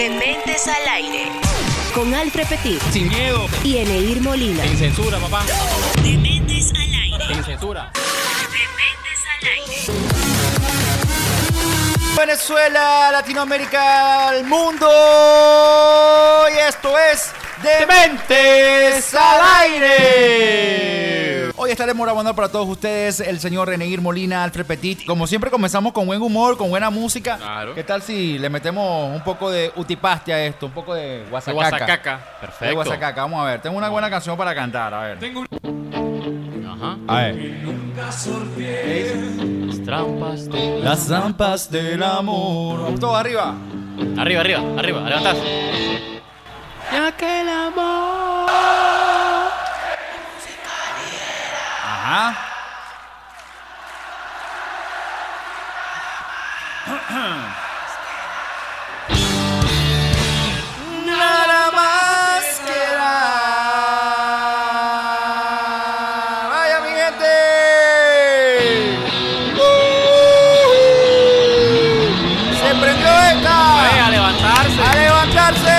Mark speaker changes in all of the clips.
Speaker 1: Dementes al aire. Con Alfred Petit
Speaker 2: Sin miedo.
Speaker 1: y Eneir Molina.
Speaker 2: Sin censura, papá.
Speaker 1: Dementes al aire.
Speaker 2: Sin censura.
Speaker 1: Dementes al aire.
Speaker 3: Venezuela, Latinoamérica, el mundo. Y esto es Dementes al aire. Hoy estaremos grabando para todos ustedes el señor Reneir Molina, Alfred Petit. Como siempre comenzamos con buen humor, con buena música.
Speaker 2: Claro.
Speaker 3: ¿Qué tal si le metemos un poco de utipaste a esto, un poco de guasacaca?
Speaker 2: Perfecto.
Speaker 3: De guasacaca, vamos a ver. Tengo una buena canción para cantar, a ver.
Speaker 2: Ajá.
Speaker 3: A ver.
Speaker 2: Las trampas.
Speaker 3: Las zampas del amor. Todo arriba.
Speaker 2: Arriba, arriba, arriba. Levantas. Ya que el amor.
Speaker 3: Ajá. Nada más que dar. Vaya mi gente. Uh, Se prendió esta.
Speaker 2: a levantarse.
Speaker 3: A levantarse.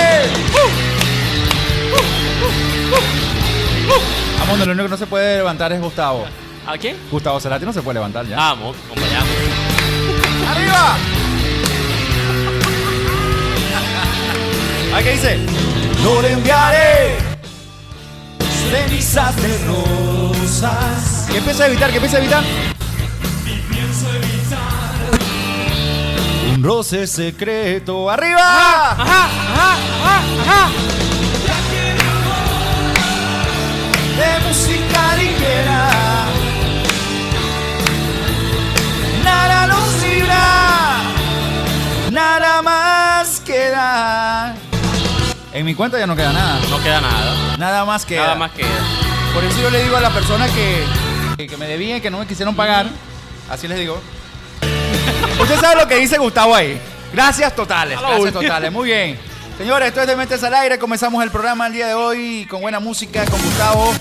Speaker 3: Vamos, lo único que no se puede levantar es Gustavo.
Speaker 2: ¿A quién?
Speaker 3: Gustavo Cerati no se puede levantar ya.
Speaker 2: Vamos, acompañamos.
Speaker 3: ¡Arriba! ¿A qué dice? No le enviaré cenizas de rosas. Que empieza a evitar, que empieza a evitar. Un roce secreto. ¡Arriba!
Speaker 2: Ajá, ajá, ajá, ajá.
Speaker 3: de música ligera. Nada nos libra, nada más queda. En mi cuenta ya no queda nada.
Speaker 2: No queda nada.
Speaker 3: Nada más queda.
Speaker 2: Nada más queda.
Speaker 3: Por eso yo le digo a la persona que, que- que me debía y que no me quisieron pagar. Así les digo. Usted sabe lo que dice Gustavo ahí. Gracias totales.
Speaker 2: A la
Speaker 3: Gracias
Speaker 2: última.
Speaker 3: totales. Muy bien. Señores, esto es de Mentes al Aire. Comenzamos el programa el día de hoy con buena música, con Gustavo.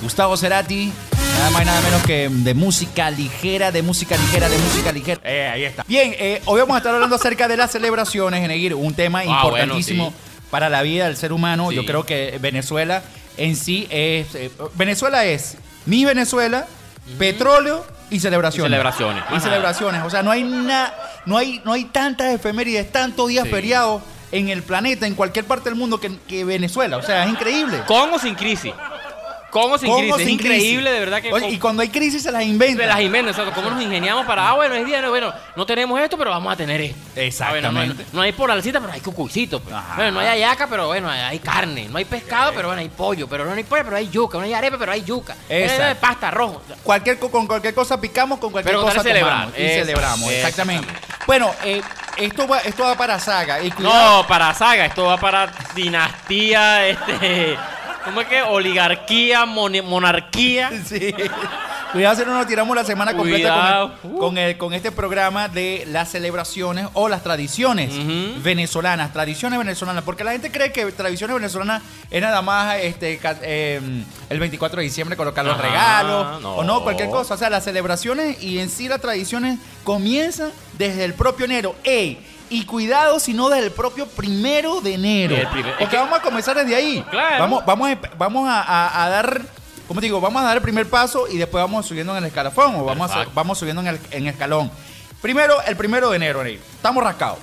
Speaker 3: Gustavo Cerati. Nada más y nada menos que de música ligera, de música ligera, de música ligera. Eh, ahí está. Bien, eh, hoy vamos a estar hablando acerca de las celebraciones, Eneguir. Un tema
Speaker 2: Ah, bueno,
Speaker 3: importantísimo
Speaker 2: sí.
Speaker 3: para la vida del ser humano.
Speaker 2: Sí.
Speaker 3: Yo creo que Venezuela en sí es. eh, Venezuela es mi Venezuela, petróleo y celebraciones.
Speaker 2: Y celebraciones.
Speaker 3: Y
Speaker 2: Ajá.
Speaker 3: celebraciones. O sea, no hay na- no hay, no hay tantas efemérides, tantos días
Speaker 2: Sí.
Speaker 3: feriados en el planeta, en cualquier parte del mundo que, que Venezuela. O sea, es increíble.
Speaker 2: ¿Con o sin crisis? ¿Con o sin
Speaker 3: ¿Cómo
Speaker 2: crisis? Es
Speaker 3: sin
Speaker 2: increíble,
Speaker 3: crisis?
Speaker 2: de verdad que.
Speaker 3: Oye,
Speaker 2: con-
Speaker 3: y cuando hay crisis se las inventa.
Speaker 2: de las inventas, exacto. ¿Cómo nos ingeniamos para, ah, bueno, es día, no, bueno, no tenemos esto, pero vamos a tener esto. Ah, bueno, no,
Speaker 3: Exactamente.
Speaker 2: no- no hay poralcita, pero hay cucuicito. pues.
Speaker 3: Ajá.
Speaker 2: Bueno, no hay ayaca, pero bueno, hay- hay carne. No hay pescado, pero bueno, hay pollo. Pero no hay pollo, pero hay yuca. No hay arepa, pero hay yuca. No hay-
Speaker 3: Exacto.
Speaker 2: no hay pasta rojo.
Speaker 3: cualquier, co- con cualquier cosa picamos, con cualquier
Speaker 2: Pero con
Speaker 3: cosa
Speaker 2: tal de celebrar.
Speaker 3: tomamos. Y
Speaker 2: Eso,
Speaker 3: celebramos,
Speaker 2: eso.
Speaker 3: exactamente. Bueno, eh, esto, va, esto va para saga. Y cuidado-
Speaker 2: No, para saga, esto va para dinastía, este. ¿Cómo es que? Oligarquía, moni- monarquía.
Speaker 3: Sí. Cuidado si no nos tiramos la semana completa con el- con,
Speaker 2: Cuidado.
Speaker 3: el- con este programa de las celebraciones o las tradiciones
Speaker 2: Ujú.
Speaker 3: venezolanas, tradiciones venezolanas, porque la gente cree que tradiciones venezolanas es nada más este ca- eh, el 24 de diciembre colocar los
Speaker 2: Ajá,
Speaker 3: regalos
Speaker 2: no.
Speaker 3: o no, cualquier cosa. O sea, las celebraciones y en sí las tradiciones comienzan desde el propio enero. ¡Ey! Y cuidado si no desde el propio primero de enero.
Speaker 2: El primer- es
Speaker 3: porque
Speaker 2: que-
Speaker 3: vamos a comenzar desde ahí.
Speaker 2: Claro.
Speaker 3: Vamos, vamos, a, vamos a, a- a dar, como te digo, vamos a dar el primer paso y después vamos subiendo en el escalafón o vamos, a-
Speaker 2: Perfecto.
Speaker 3: vamos subiendo en el en escalón. Primero, el primero de enero, Ney. Estamos rascados.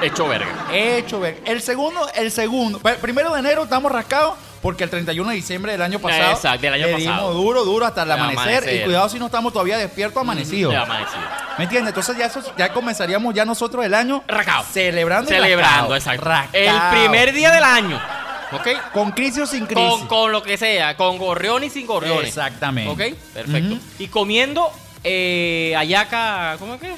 Speaker 2: Hecho verga.
Speaker 3: Hecho, ver. El segundo, el segundo. Pe- Primero de enero estamos rascados porque el 31 de diciembre del año pasado.
Speaker 2: Exacto, del año
Speaker 3: le
Speaker 2: pasado.
Speaker 3: dimos duro, duro hasta el
Speaker 2: Del
Speaker 3: amanecer, Y
Speaker 2: amanecer. Mm,
Speaker 3: cuidado si no estamos todavía despiertos amanecidos.
Speaker 2: Ya amanecido.
Speaker 3: ¿Me entiendes? Entonces ya, eso- ya comenzaríamos ya nosotros el año
Speaker 2: Rascado.
Speaker 3: celebrando. y
Speaker 2: Celebrando,
Speaker 3: rascado.
Speaker 2: exacto.
Speaker 3: Rascado.
Speaker 2: El primer día del año. ¿Ok?
Speaker 3: Con crisis o sin crisis.
Speaker 2: Con, con lo que sea, con gorrión y sin gorriones.
Speaker 3: Exactamente.
Speaker 2: ¿Ok? Perfecto.
Speaker 3: Ujú.
Speaker 2: Y comiendo eh, ayaca, ¿cómo es que?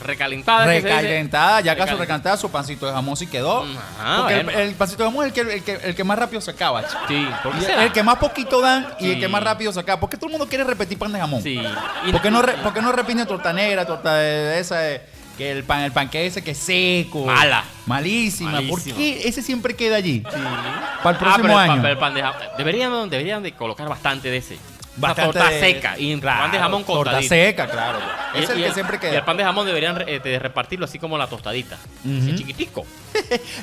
Speaker 2: Recalentada. que se dice.
Speaker 3: Recalentada, ya casi
Speaker 2: Recal-
Speaker 3: recalentada, su pancito de jamón sí quedó.
Speaker 2: Ajá,
Speaker 3: porque el-
Speaker 2: Ah, bueno.
Speaker 3: el, pancito de jamón es el que, el que- el que más rápido se acaba. chico.
Speaker 2: Sí, ¿por qué
Speaker 3: Y
Speaker 2: será?
Speaker 3: el que más poquito dan y el
Speaker 2: Sí.
Speaker 3: que más rápido se acaba. ¿Por qué todo el mundo quiere repetir pan de jamón?
Speaker 2: Sí.
Speaker 3: ¿Por qué no, re- por qué no repiten torta negra, torta de, de esa, de- que el pan, el panque ese que es seco?
Speaker 2: Mala.
Speaker 3: Malísima. ¿Por
Speaker 2: Malísimo.
Speaker 3: qué ese siempre queda allí?
Speaker 2: Sí.
Speaker 3: Para el próximo
Speaker 2: ah, pero
Speaker 3: año.
Speaker 2: El pan, pero el pan de jamón. Deberían, deberían de colocar bastante de ese. Una
Speaker 3: Bastante
Speaker 2: torta
Speaker 3: de-
Speaker 2: seca y el pan de jamón
Speaker 3: Torta
Speaker 2: cortadito.
Speaker 3: seca, claro.
Speaker 2: Y-
Speaker 3: Es el
Speaker 2: y
Speaker 3: que siempre
Speaker 2: Y el
Speaker 3: queda.
Speaker 2: pan de jamón deberían eh, de repartirlo así como la tostadita. Así chiquitico.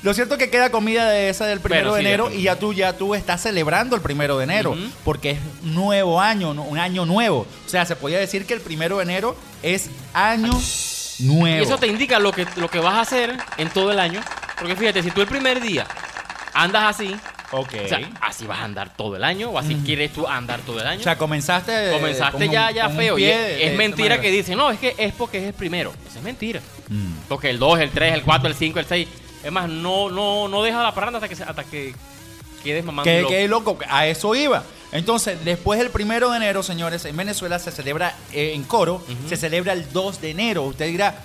Speaker 3: Lo cierto es que queda comida de esa del primero
Speaker 2: Bueno,
Speaker 3: de
Speaker 2: sí,
Speaker 3: enero y
Speaker 2: definitivo.
Speaker 3: ya tú, ya tú estás celebrando el primero de enero
Speaker 2: Ujú.
Speaker 3: porque es nuevo año, ¿no? un año nuevo. O sea, se podía decir que el primero de enero es año
Speaker 2: Y
Speaker 3: nuevo.
Speaker 2: eso te indica lo que, lo que vas a hacer en todo el año. Porque fíjate, si tú el primer día andas así,
Speaker 3: Ok.
Speaker 2: o sea, así vas a andar todo el año, o así quieres tú andar todo el año.
Speaker 3: comenzaste. eh, con
Speaker 2: Comenzaste
Speaker 3: un-
Speaker 2: ya, ya
Speaker 3: con un
Speaker 2: feo. y
Speaker 3: pie
Speaker 2: es,
Speaker 3: de-
Speaker 2: es
Speaker 3: de esta
Speaker 2: mentira
Speaker 3: manera.
Speaker 2: que dicen, no, es que es porque es el primero. Eso es mentira.
Speaker 3: Mm.
Speaker 2: Porque el 2, el 3, el 4, el 5, el 6. Es más, no, no, no deja la parranda hasta que, se- hasta que quedes mamando.
Speaker 3: Que,
Speaker 2: loco.
Speaker 3: que loco, a eso iba. Entonces, después del primero de enero, señores, en Venezuela se celebra eh, en coro, se celebra el 2 de enero. Usted dirá,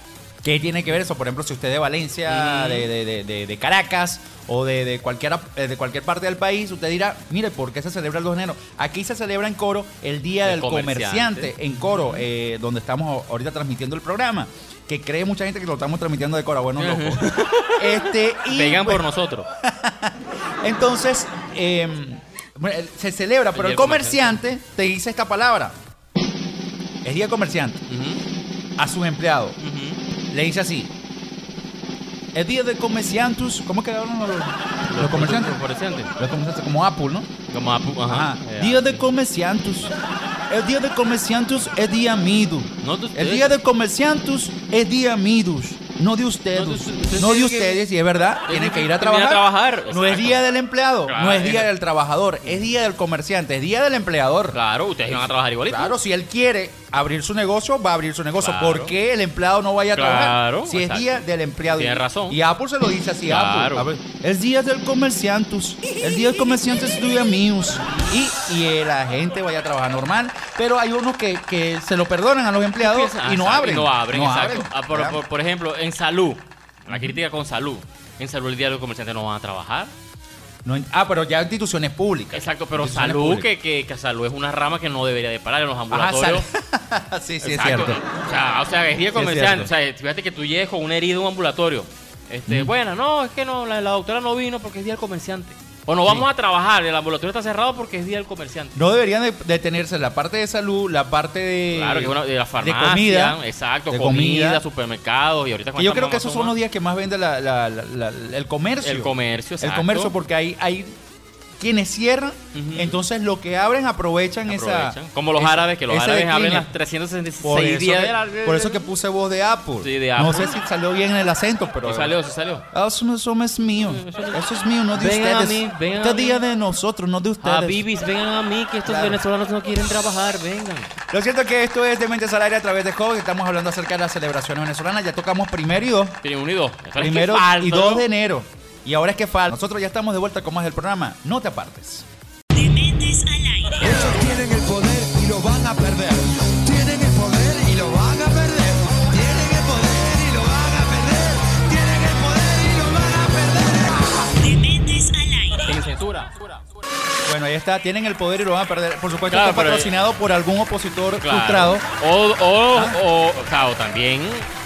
Speaker 3: ¿qué tiene que ver eso? Por ejemplo, si usted es de Valencia,
Speaker 2: Ujú.
Speaker 3: de, de- de- de- de Caracas o de, de cualquiera, eh, de cualquier parte del país, usted dirá, mire, ¿por qué se celebra el 2 de enero? Aquí se celebra en coro el Día
Speaker 2: Del
Speaker 3: del Comerciante,
Speaker 2: comerciante.
Speaker 3: en coro, eh, donde estamos ahorita transmitiendo el programa. Que cree mucha gente que lo estamos transmitiendo de coro, Ah, bueno, loco. este, y
Speaker 2: Vengan
Speaker 3: bueno,
Speaker 2: por nosotros.
Speaker 3: entonces, eh, bueno, eh, se celebra, pero
Speaker 2: Día
Speaker 3: el comerciante te dice esta palabra. Es día comerciante.
Speaker 2: Ujú,
Speaker 3: A sus empleados.
Speaker 2: ujú.
Speaker 3: Le dice así. Es día de comerciantes. ¿Cómo quedaron los, los comerciantes?
Speaker 2: Los comerciantes.
Speaker 3: Los comerciantes, como Apple, ¿no?
Speaker 2: Como a pu- ajá.
Speaker 3: Ajá.
Speaker 2: Eh,
Speaker 3: Día de comerciantes. El día de comerciantes es día mido.
Speaker 2: No de ustedes.
Speaker 3: El día de comerciantes es día midos. No de ustedes.
Speaker 2: No de ustedes.
Speaker 3: No de
Speaker 2: Ustedes tienen que-
Speaker 3: ustedes, y es verdad.
Speaker 2: Tienen
Speaker 3: Tienen que
Speaker 2: que
Speaker 3: ir a
Speaker 2: ir a
Speaker 3: trabajar.
Speaker 2: trabajar.
Speaker 3: No es
Speaker 2: Exacto.
Speaker 3: día del empleado.
Speaker 2: Claro,
Speaker 3: No es día
Speaker 2: es-
Speaker 3: del trabajador. Es día del comerciante. Es día del empleador.
Speaker 2: Claro, ustedes van a trabajar igualito.
Speaker 3: Claro, si él quiere abrir su negocio, va a abrir su negocio.
Speaker 2: Claro.
Speaker 3: ¿Por qué el empleado no vaya a trabajar?
Speaker 2: Claro,
Speaker 3: si es
Speaker 2: exacto.
Speaker 3: día del empleado.
Speaker 2: Tienes
Speaker 3: Y-
Speaker 2: razón.
Speaker 3: Y Apple se lo dice así a Apple.
Speaker 2: Claro.
Speaker 3: A ver, El día del comerciante. El día del comerciante es tuyo míos. Y, y eh, la gente vaya a trabajar normal. Pero hay unos que, que se lo perdonan a los empleados
Speaker 2: Piensa-
Speaker 3: y no
Speaker 2: ah,
Speaker 3: abren.
Speaker 2: No abren,
Speaker 3: No
Speaker 2: exacto.
Speaker 3: abren,
Speaker 2: Ah, por,
Speaker 3: ¿verdad?
Speaker 2: por- por ejemplo, en salud. La crítica con salud. En salud el día de los comerciantes no van a trabajar.
Speaker 3: No en- ah, pero ya instituciones públicas.
Speaker 2: Exacto, pero
Speaker 3: Instituciones
Speaker 2: salud,
Speaker 3: públicas.
Speaker 2: que, que, que salud es una rama que no debería de parar en los
Speaker 3: Ajá,
Speaker 2: ambulatorios.
Speaker 3: sal- sí, sí,
Speaker 2: Exacto.
Speaker 3: es cierto.
Speaker 2: O sea, o sea, es día
Speaker 3: Sí, es
Speaker 2: comerciante. o sea, fíjate que tú llegues con una herida en un ambulatorio. Este, bueno, no, es que no, la, la doctora no vino porque es día del comerciante. O no vamos a trabajar, el ambulatorio está cerrado porque es día del comerciante.
Speaker 3: No deberían de detenerse la parte de salud, la parte de,
Speaker 2: Claro, que es una- de la farmacia,
Speaker 3: comida,
Speaker 2: exacto,
Speaker 3: de
Speaker 2: comida,
Speaker 3: comida.
Speaker 2: supermercados y ahorita con
Speaker 3: Que yo
Speaker 2: esta
Speaker 3: creo que esos son
Speaker 2: mamazuma-
Speaker 3: los días que más vende la- la- la- la- el comercio.
Speaker 2: El comercio,
Speaker 3: El
Speaker 2: exacto.
Speaker 3: comercio, porque hay, hay quienes cierran,
Speaker 2: Ujú.
Speaker 3: entonces lo que abren aprovechan,
Speaker 2: Aprovechan.
Speaker 3: esa.
Speaker 2: Como los
Speaker 3: esa-
Speaker 2: árabes, que los
Speaker 3: ese
Speaker 2: árabes
Speaker 3: declive.
Speaker 2: hablan las
Speaker 3: Por
Speaker 2: 366
Speaker 3: eso,
Speaker 2: días
Speaker 3: que,
Speaker 2: de la...
Speaker 3: por eso que puse voz de Apple.
Speaker 2: Sí, de
Speaker 3: No
Speaker 2: Apple.
Speaker 3: sé si salió bien el acento, pero.
Speaker 2: Sí salió, sí salió.
Speaker 3: Ah, Eso, no- eso no es mío. Eso es mío, no de
Speaker 2: Vengan a
Speaker 3: ustedes.
Speaker 2: mí, vengan
Speaker 3: este
Speaker 2: a
Speaker 3: día
Speaker 2: mí.
Speaker 3: de nosotros, no de ustedes.
Speaker 2: Habibis, Ah, vengan a mí, que estos
Speaker 3: Claro.
Speaker 2: venezolanos no quieren trabajar, vengan.
Speaker 3: Lo cierto es que esto es Dementes al Aire a través de Hobbit. Estamos hablando acerca de las celebraciones venezolanas. Ya tocamos primero y dos.
Speaker 2: Tienen unidos.
Speaker 3: Primero y 2 de enero. Y ahora es que falta. Nosotros ya estamos de vuelta con más del programa. No te apartes.
Speaker 1: Dementes al aire.
Speaker 4: Ellos tienen el poder y lo van a perder. Tienen el poder y lo van a perder. Tienen el poder y lo van a perder. Tienen el poder y lo van a perder.
Speaker 1: Dementes al aire.
Speaker 2: Sin censura.
Speaker 3: Bueno, ahí está. Tienen el poder y lo van a perder. Por supuesto,
Speaker 2: Claro,
Speaker 3: está
Speaker 2: pero-
Speaker 3: patrocinado por algún opositor
Speaker 2: Claro.
Speaker 3: frustrado.
Speaker 2: O, o,
Speaker 3: Ah.
Speaker 2: o, o, sea, o también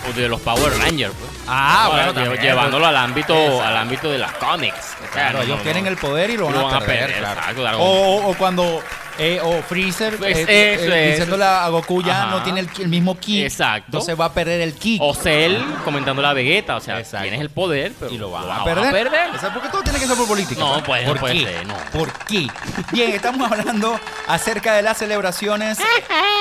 Speaker 2: o de los Power Rangers. pues.
Speaker 3: Ah,
Speaker 2: O sea,
Speaker 3: bueno,
Speaker 2: lle-
Speaker 3: también.
Speaker 2: Llevándolo al ámbito,
Speaker 3: Exacto.
Speaker 2: al ámbito de las cómics. O sea,
Speaker 3: Claro,
Speaker 2: no,
Speaker 3: ellos
Speaker 2: no,
Speaker 3: tienen
Speaker 2: no.
Speaker 3: el poder y lo van, a perder. claro.
Speaker 2: exacto, claro.
Speaker 3: O, o- o cuando. eh, o Freezer
Speaker 2: Pues
Speaker 3: eh,
Speaker 2: eso,
Speaker 3: eh,
Speaker 2: eso.
Speaker 3: diciéndole a Goku ya
Speaker 2: Ajá.
Speaker 3: no tiene el, el mismo ki.
Speaker 2: Exacto.
Speaker 3: Entonces va a perder el ki.
Speaker 2: O Cell comentando la Vegeta. O sea,
Speaker 3: Exacto.
Speaker 2: tienes el poder, pero
Speaker 3: y lo van
Speaker 2: vas
Speaker 3: a perder. O sea, porque todo tiene que ser por política.
Speaker 2: No,
Speaker 3: ¿sabes?
Speaker 2: pues,
Speaker 3: ¿Por
Speaker 2: no puede
Speaker 3: qué?
Speaker 2: ser, no.
Speaker 3: ¿Por qué? Bien, estamos hablando acerca de las celebraciones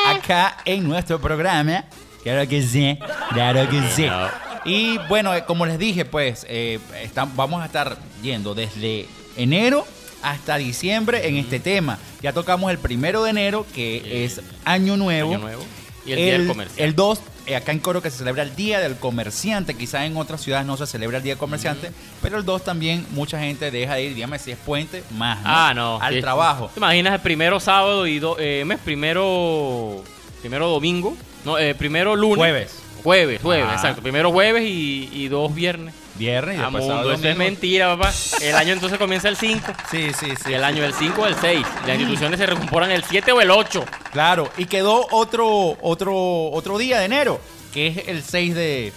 Speaker 3: acá en nuestro programa. Claro que sí, claro que sí.
Speaker 2: no.
Speaker 3: Y bueno, eh, como les dije, pues eh, está- vamos a estar yendo desde enero hasta diciembre en este tema. Ya tocamos el primero de enero, que
Speaker 2: Eh,
Speaker 3: es Año Nuevo.
Speaker 2: Año Nuevo. Y el, día del comercio.
Speaker 3: El 2, eh, acá en Coro que se celebra el Día del Comerciante, quizás en otras ciudades no se celebra el Día del Comerciante, pero el 2 también mucha gente deja de ir, dígame si es puente, más ¿no?
Speaker 2: Ah, no.
Speaker 3: al
Speaker 2: Sí.
Speaker 3: trabajo.
Speaker 2: ¿Te imaginas el primero sábado y do- eh, mes primero primero domingo? No, eh, primero lunes.
Speaker 3: Jueves. Ah.
Speaker 2: Jueves, jueves,
Speaker 3: Ajá.
Speaker 2: exacto. Primero jueves y, y dos viernes.
Speaker 3: Viernes y
Speaker 2: Ah,
Speaker 3: después
Speaker 2: mundo,
Speaker 3: sábado,
Speaker 2: eso es
Speaker 3: domingo.
Speaker 2: mentira, papá. El año entonces comienza el 5.
Speaker 3: Sí, sí, sí.
Speaker 2: Y el año del 5 o el 6. Las instituciones se recomporan el 7 o el 8.
Speaker 3: Claro, y quedó otro otro otro día de enero, que es el 6 de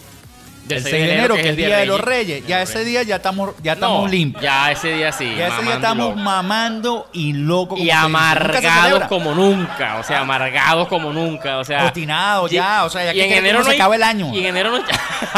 Speaker 2: Del
Speaker 3: el 6 de enero, que es el Día de los Reyes.
Speaker 2: Día
Speaker 3: Ya
Speaker 2: de los
Speaker 3: ese
Speaker 2: Reyes.
Speaker 3: día ya estamos, ya
Speaker 2: No,
Speaker 3: estamos limpios.
Speaker 2: Ya ese día sí.
Speaker 3: Ya ese día
Speaker 2: mamando
Speaker 3: estamos
Speaker 2: loco.
Speaker 3: mamando y loco. como
Speaker 2: Y
Speaker 3: se dice. Nunca se
Speaker 2: amargados
Speaker 3: celebra.
Speaker 2: como nunca, o sea, amargados como nunca, o sea.
Speaker 3: Obstinados
Speaker 2: y-
Speaker 3: Oh, ya, o sea, ya
Speaker 2: y
Speaker 3: que
Speaker 2: en
Speaker 3: quiere que
Speaker 2: enero
Speaker 3: uno se
Speaker 2: hay-
Speaker 3: acabe el año.
Speaker 2: Y en enero no
Speaker 3: O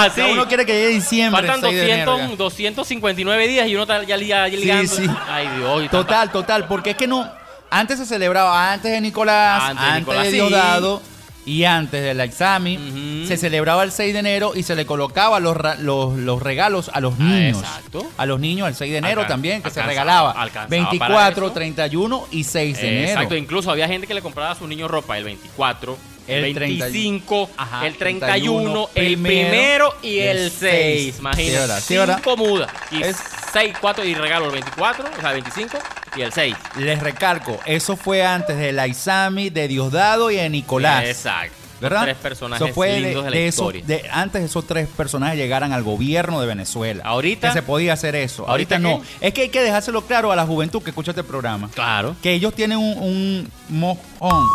Speaker 2: Así.
Speaker 3: sea, uno quiere que llegue diciembre.
Speaker 2: Faltan
Speaker 3: el 6 de enero
Speaker 2: 200,
Speaker 3: ya.
Speaker 2: 259 días y uno está ya, li- ya ligando.
Speaker 3: sí.
Speaker 2: Ay, Dios. y está-
Speaker 3: Total, total, porque es que no. Antes se celebraba antes de Nicolás,
Speaker 2: Antes
Speaker 3: antes,
Speaker 2: de Nicolás,
Speaker 3: de
Speaker 2: sí.
Speaker 3: Diosdado y antes del examen.
Speaker 2: Ujú.
Speaker 3: Se celebraba el 6 de enero y se le colocaba los, ra- los, los regalos a los niños.
Speaker 2: Ah, exacto.
Speaker 3: A los niños el 6 de enero
Speaker 2: Alcan-
Speaker 3: también, que se
Speaker 2: alcanzaba-
Speaker 3: regalaba.
Speaker 2: alcanzaba para
Speaker 3: 24,
Speaker 2: eso.
Speaker 3: 31 y 6 de
Speaker 2: Eh,
Speaker 3: enero.
Speaker 2: Exacto, incluso había gente que le compraba a sus niños ropa el 24, el,
Speaker 3: El 30
Speaker 2: 25,
Speaker 3: Ajá,
Speaker 2: el 31,
Speaker 3: 31,
Speaker 2: el primero y el, 6.
Speaker 3: Sí,
Speaker 2: Imagínate,
Speaker 3: ¿verdad? Sí, ¿verdad?
Speaker 2: cinco mudas. Y
Speaker 3: Es-
Speaker 2: 6, 4 y regalo el 24, o sea, 25 y el 6.
Speaker 3: Les recalco, eso fue antes del Aizami, de Diosdado y de Nicolás.
Speaker 2: Exacto.
Speaker 3: ¿Verdad?
Speaker 2: Tres personajes
Speaker 3: Eso fue de-
Speaker 2: lindos de, la
Speaker 3: de esos-
Speaker 2: historia.
Speaker 3: de- antes esos tres personajes llegaran al gobierno de Venezuela.
Speaker 2: Ahorita-
Speaker 3: Que se podía hacer eso.
Speaker 2: ¿Ahorita
Speaker 3: Ahorita, no.
Speaker 2: qué?
Speaker 3: Es que hay que dejárselo claro a la juventud que escucha este programa.
Speaker 2: Claro.
Speaker 3: Que ellos tienen un, un mojón.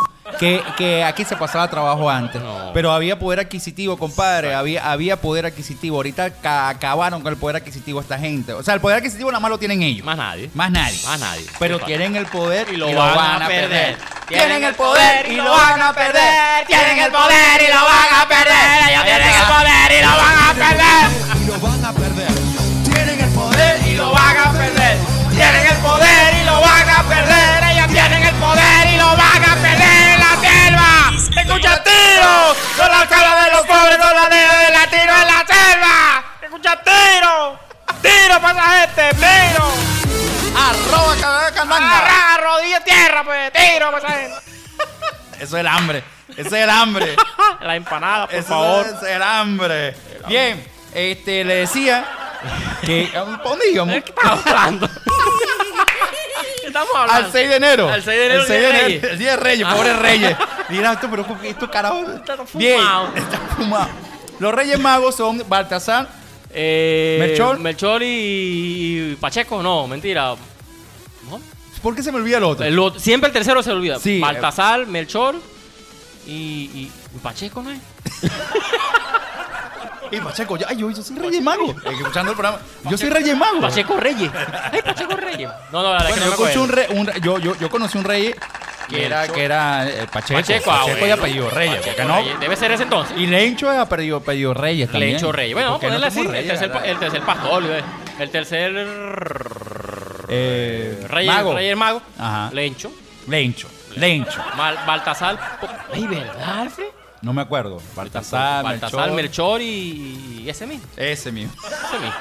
Speaker 3: Que, que aquí se pasaba trabajo antes.
Speaker 2: No.
Speaker 3: Pero había poder adquisitivo, compadre. Había, había poder adquisitivo. Ahorita ca- acabaron con el poder adquisitivo esta gente. O sea, el poder adquisitivo nada más lo tienen ellos.
Speaker 2: Más nadie.
Speaker 3: Más nadie.
Speaker 2: Más nadie.
Speaker 3: Pero
Speaker 2: Sí,
Speaker 3: tienen el poder
Speaker 2: Y lo van a perder.
Speaker 3: Tienen el poder y lo van a perder. Tienen el poder y lo van a perder. Ellos tienen el poder y lo van a perder.
Speaker 4: y lo van a perder. Tienen el poder y lo van a perder.
Speaker 3: Tienen el poder y lo van a perder. Ellos tienen el poder y lo van a perder en la selva. Escucha tiros. Son las caras de los pobres, son las negras de latino en la selva.
Speaker 2: ¡Escucha tiro! ¡Tiro para esa gente! ¡Tiro!
Speaker 3: Arroba cada candanga.
Speaker 2: rodilla tierra, pues! ¡Tiro para esa gente!
Speaker 3: Eso es el hambre. Eso es el hambre.
Speaker 2: La empanada, por
Speaker 3: Ah. Eso
Speaker 2: favor.
Speaker 3: es el hambre. Bien, este, le decía que. ¿Para dónde íbamos?
Speaker 2: ¿De qué estamos hablando? ¿Qué estamos hablando?
Speaker 3: Al 6 de enero.
Speaker 2: Al 6 de enero,
Speaker 3: El 6 de
Speaker 2: Día de
Speaker 3: enero,
Speaker 2: Reyes.
Speaker 3: El día de Reyes,
Speaker 2: Ah.
Speaker 3: pobres Reyes. Dirás, esto, pero ¿por qué esto carajo.
Speaker 2: Está fumado.
Speaker 3: Bien, está fumado. Los Reyes Magos son Baltasar.
Speaker 2: Eh,
Speaker 3: Melchor.
Speaker 2: Melchor y, y Pacheco, no, mentira. ¿No?
Speaker 3: ¿Por qué se me olvida el otro?
Speaker 2: El otro- siempre el tercero se olvida.
Speaker 3: Sí, eh.
Speaker 2: Baltasar, Melchor y, y Pacheco, ¿no es?
Speaker 3: Y Pacheco, yo, ay, yo, yo soy Reyes Mago. Eh, Escuchando el programa, yo soy Reyes Mago.
Speaker 2: Pacheco Reyes. Ay, Pacheco Reyes. No, no, la verdad
Speaker 3: Bueno, yo,
Speaker 2: que no me
Speaker 3: escuché un
Speaker 2: acuerdo.
Speaker 3: re- un re- yo, yo, yo conocí un rey que era,
Speaker 2: Melchor.
Speaker 3: que era eh, Pacheco.
Speaker 2: Pacheco, ah,
Speaker 3: de
Speaker 2: bueno.
Speaker 3: apellido Reyes,
Speaker 2: Pacheco
Speaker 3: porque no.
Speaker 2: Reyes. Debe ser ese entonces.
Speaker 3: Y Lencho es apellido, apellido Reyes también.
Speaker 2: Lecho Reyes. Bueno, vamos a
Speaker 3: Porque no
Speaker 2: ponerle así. este
Speaker 3: somos
Speaker 2: El
Speaker 3: reyes,
Speaker 2: tercer, pa-
Speaker 3: ¿verdad?
Speaker 2: el tercer pastor, eh, el tercer
Speaker 3: Eh,
Speaker 2: Reyes
Speaker 3: Mago.
Speaker 2: Reyes Mago.
Speaker 3: Ajá.
Speaker 2: Lencho.
Speaker 3: Lencho. Lencho.
Speaker 2: Mal- Baltasar. po- Ay, ¿verdad, Alfred?
Speaker 3: No me acuerdo. Baltasar,
Speaker 2: Baltasar, Melchor y, y ese mismo.
Speaker 3: Ese mismo.
Speaker 2: Ese mismo.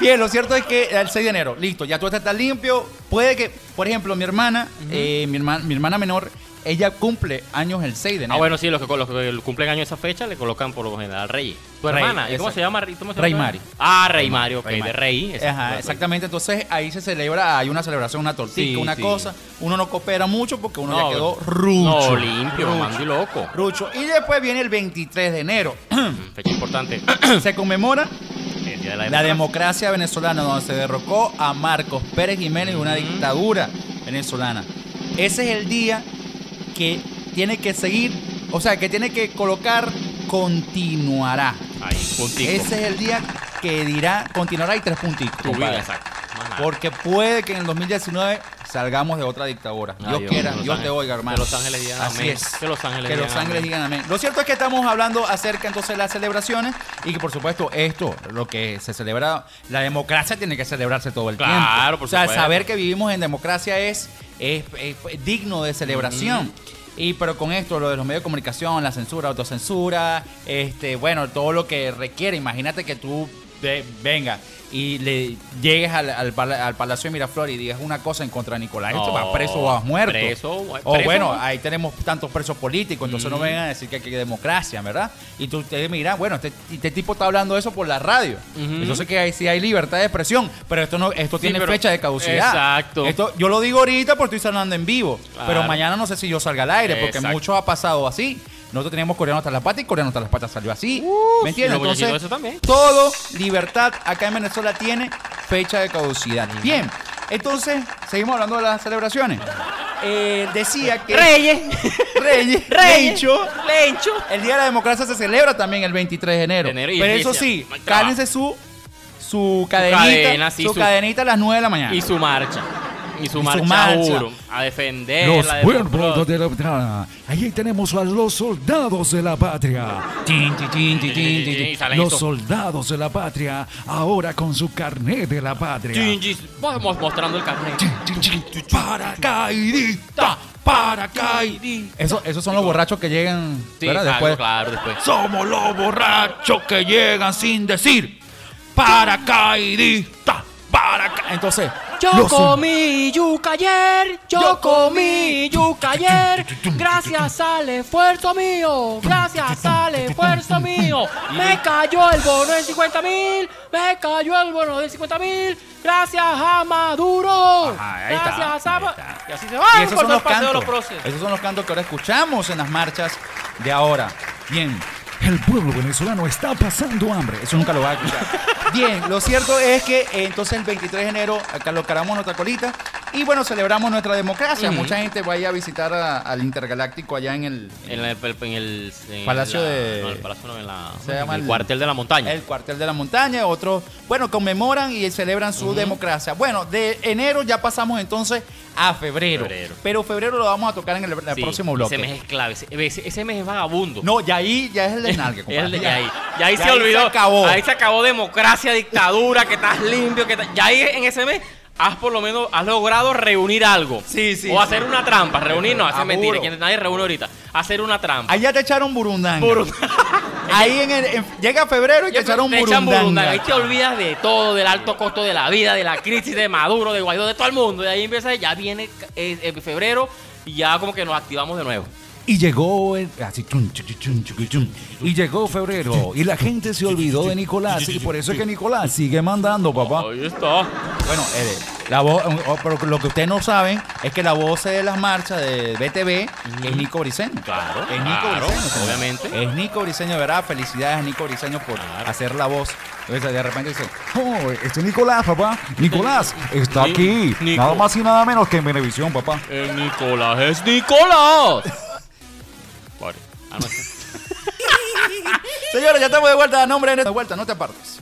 Speaker 3: Bien, lo cierto es que el 6 de enero, listo, ya tú estás limpio. Puede que, por ejemplo, mi hermana, eh, mi, hermana mi hermana menor, ella cumple años el 6 de enero.
Speaker 2: Ah, bueno, sí, los que, los que cumplen año esa fecha le colocan por lo general Rey. ¿Tu
Speaker 3: Rey,
Speaker 2: hermana? ¿Y cómo
Speaker 3: exacto.
Speaker 2: se llama? ¿Y cómo se
Speaker 3: Rey
Speaker 2: llama?
Speaker 3: Mari.
Speaker 2: Ah, Rey Mari, ok,
Speaker 3: Rey Mari.
Speaker 2: de Rey. exacto, de
Speaker 3: Ajá,
Speaker 2: Rey.
Speaker 3: exactamente. Entonces ahí se celebra, hay una celebración, una tortita,
Speaker 2: Sí,
Speaker 3: una
Speaker 2: sí.
Speaker 3: cosa. Uno no coopera mucho porque uno
Speaker 2: No,
Speaker 3: ya quedó rucho.
Speaker 2: No, limpio, mando y loco.
Speaker 3: Rucho. Y después viene el 23 de enero.
Speaker 2: Mm, Fecha importante.
Speaker 3: se conmemora
Speaker 2: El día de la,
Speaker 3: La democracia venezolana, donde se derrocó a Marcos Pérez Jiménez de una dictadura venezolana. Ese es el día que tiene que seguir, o sea, que tiene que colocar continuará.
Speaker 2: Ahí, puntico.
Speaker 3: Ese es el día que dirá continuará y tres puntitos.
Speaker 2: Tu vida,
Speaker 3: compadre.
Speaker 2: exacto. Más nada.
Speaker 3: Porque puede que en el 2019 salgamos de otra dictadura.
Speaker 2: Ay,
Speaker 3: Dios,
Speaker 2: Dios,
Speaker 3: quiera,
Speaker 2: que los
Speaker 3: Dios te
Speaker 2: ángeles-
Speaker 3: oiga, hermano.
Speaker 2: que los ángeles digan
Speaker 3: Así
Speaker 2: amén.
Speaker 3: es.
Speaker 2: Que los ángeles
Speaker 3: Que los
Speaker 2: digan
Speaker 3: ángeles
Speaker 2: amén.
Speaker 3: digan amén. Lo cierto es que estamos hablando acerca entonces de las celebraciones y que por supuesto esto, lo que se celebra, la democracia tiene que celebrarse todo el tiempo.
Speaker 2: Claro, por
Speaker 3: O sea,
Speaker 2: supuesto.
Speaker 3: saber que vivimos en democracia es, es- es digno de celebración. Y pero con esto, lo de los medios de comunicación, la censura, autocensura, este, bueno, todo lo que requiere. Imagínate que tú ve- vengas y le llegues al, al pala- al Palacio de Miraflores y digas una cosa en contra de Nicolás. Esto
Speaker 2: No,
Speaker 3: va preso o vas muerto.
Speaker 2: preso, o-
Speaker 3: o
Speaker 2: preso,
Speaker 3: bueno,
Speaker 2: ¿no?
Speaker 3: ahí tenemos tantos presos políticos, entonces no vengan a decir que aquí hay democracia, ¿verdad? Y tú ustedes miran, bueno, este, este tipo está hablando eso por la radio.
Speaker 2: Ujú.
Speaker 3: Entonces que ahí sí hay libertad de expresión, pero esto no, esto tiene
Speaker 2: pero-
Speaker 3: fecha de caducidad.
Speaker 2: Exacto.
Speaker 3: Esto, yo lo digo ahorita porque estoy hablando en vivo,
Speaker 2: Claro.
Speaker 3: pero mañana no sé si yo salga al aire, porque
Speaker 2: Exacto.
Speaker 3: mucho ha pasado así. Nosotros teníamos coreano hasta las patas y coreano hasta las patas salió así. ¿Me entiendes?
Speaker 2: y lo
Speaker 3: Entonces,
Speaker 2: bonito de eso también.
Speaker 3: todo libertad acá en Venezuela tiene fecha de caducidad. Bien, entonces seguimos hablando de las celebraciones. eh, decía que
Speaker 2: Reyes.
Speaker 3: Reyes,
Speaker 2: Reyes.
Speaker 3: Lencho,
Speaker 2: Lencho.
Speaker 3: el Día de la Democracia se celebra también el 23 de enero.
Speaker 2: De enero y
Speaker 3: Pero
Speaker 2: inicia.
Speaker 3: eso sí,
Speaker 2: Mal trabajo.
Speaker 3: cálense su, su cadenita,
Speaker 2: cadena, sí,
Speaker 3: su,
Speaker 2: su-
Speaker 3: cadenita a las 9 de la mañana.
Speaker 2: Y su marcha. Y su
Speaker 3: su
Speaker 2: marcha,
Speaker 3: marcha.
Speaker 2: juro, A defender.
Speaker 5: Los
Speaker 2: Eh, la de-
Speaker 5: cuerpos de la patria. Ahí tenemos a los soldados de la patria. Tin, tin, tin, tin, tin, tin, tin.
Speaker 2: Y salen
Speaker 5: Los
Speaker 2: estos-
Speaker 5: soldados de la patria, ahora con su carnet de la patria.
Speaker 2: Chingis. Vamos mostrando el carnet.
Speaker 5: Chin, chin, chin. Paracaidista, paracaidista.
Speaker 3: Eso, esos son los borrachos que llegan
Speaker 2: Sí,
Speaker 3: ¿verdad?
Speaker 2: claro,
Speaker 3: después.
Speaker 2: claro, después.
Speaker 5: Somos los borrachos que llegan sin decir paracaidista, paracaidista.
Speaker 3: Entonces,
Speaker 2: Yo
Speaker 5: Los-
Speaker 2: comí yuca ayer, yo,
Speaker 3: Yo
Speaker 2: comí yuca ayer, gracias al esfuerzo mío, gracias al esfuerzo mío, me cayó el bono de 50 mil, me cayó el bono de 50 mil, gracias a Maduro,
Speaker 3: Ajá, ahí está,
Speaker 2: gracias a...
Speaker 3: ahí
Speaker 2: Ma-
Speaker 3: está.
Speaker 2: Y así se va,
Speaker 3: y esos son los
Speaker 2: paseo de
Speaker 3: cantos.
Speaker 2: los próceres.
Speaker 3: Esos son los cantos que ahora escuchamos en las marchas de ahora. Bien,
Speaker 5: El pueblo venezolano está pasando hambre.
Speaker 3: eso nunca lo va a escuchar. Bien, lo cierto es que eh, entonces el 23 de enero acá lo caramos nuestra colita y bueno, celebramos nuestra democracia.
Speaker 2: Ujú.
Speaker 3: Mucha gente vaya a visitar a- al Intergaláctico allá en el,
Speaker 2: En el, en el- en
Speaker 3: Palacio
Speaker 2: la-
Speaker 3: de-
Speaker 2: No, el palacio no, en, la,
Speaker 3: Se
Speaker 2: en
Speaker 3: llama
Speaker 2: el
Speaker 3: el-
Speaker 2: cuartel de la montaña.
Speaker 3: el cuartel de la montaña, otros, bueno, conmemoran y celebran su democracia. Bueno, de enero ya pasamos entonces a febrero.
Speaker 2: Febrero.
Speaker 3: Pero febrero lo vamos a tocar en el, el
Speaker 2: Sí,
Speaker 3: próximo bloque.
Speaker 2: Ese mes es clave, ese, ese- ese mes es vagabundo.
Speaker 3: No, y ahí ya es el desnalgue,
Speaker 2: Es el
Speaker 3: compadre.
Speaker 2: de- y ahí, y ahí
Speaker 3: Ya
Speaker 2: se olvidó.
Speaker 3: acabó.
Speaker 2: Ahí se acabó democracia, dictadura, que estás limpio, que estás- ya ahí en ese mes has por lo menos has logrado reunir algo.
Speaker 3: Sí, sí,
Speaker 2: O
Speaker 3: sí.
Speaker 2: hacer una trampa, reunir no, hacer
Speaker 3: Ah,
Speaker 2: mentira,
Speaker 3: juro.
Speaker 2: que nadie reúne ahorita, hacer una trampa.
Speaker 3: Ahí ya te echaron burundanga.
Speaker 2: Burun-
Speaker 3: Ahí en el- en- llega febrero y te echaron
Speaker 2: Te echan
Speaker 3: burundanga.
Speaker 2: burundanga. Ahí te olvidas de todo, del alto costo de la vida, de la crisis de Maduro, de Guaidó, de todo el mundo. Y ahí empieza, ya viene eh, eh, febrero y ya como que nos activamos de nuevo.
Speaker 5: Y llegó el- así, chun, chu, chu, chun, chu, chu, chun. y llegó febrero y la gente se olvidó de Nicolás y por eso es que Nicolás sigue mandando, papá.
Speaker 2: Ahí está.
Speaker 3: Bueno, eh, la voz, oh, pero lo que ustedes no saben es que la voz de las marchas de BTV es Nico Briceño.
Speaker 2: Claro,
Speaker 3: Es Nico
Speaker 2: claro,
Speaker 3: Briceño, señor.
Speaker 2: obviamente.
Speaker 3: Es Nico Briceño, de ¿verdad? Felicidades a Nico Briceño por hacer la voz. Entonces, de repente dice,
Speaker 5: Oh, este Nicolás, papá. Nicolás está
Speaker 2: Ni-
Speaker 5: aquí.
Speaker 2: Nico.
Speaker 5: Nada más y nada menos que en Venevisión, papá.
Speaker 2: Eh, Nicolás es Nicolás. Vale. Ah, no, es-
Speaker 3: señores, ya estamos de vuelta, a nombre de vuelta, no te apartes.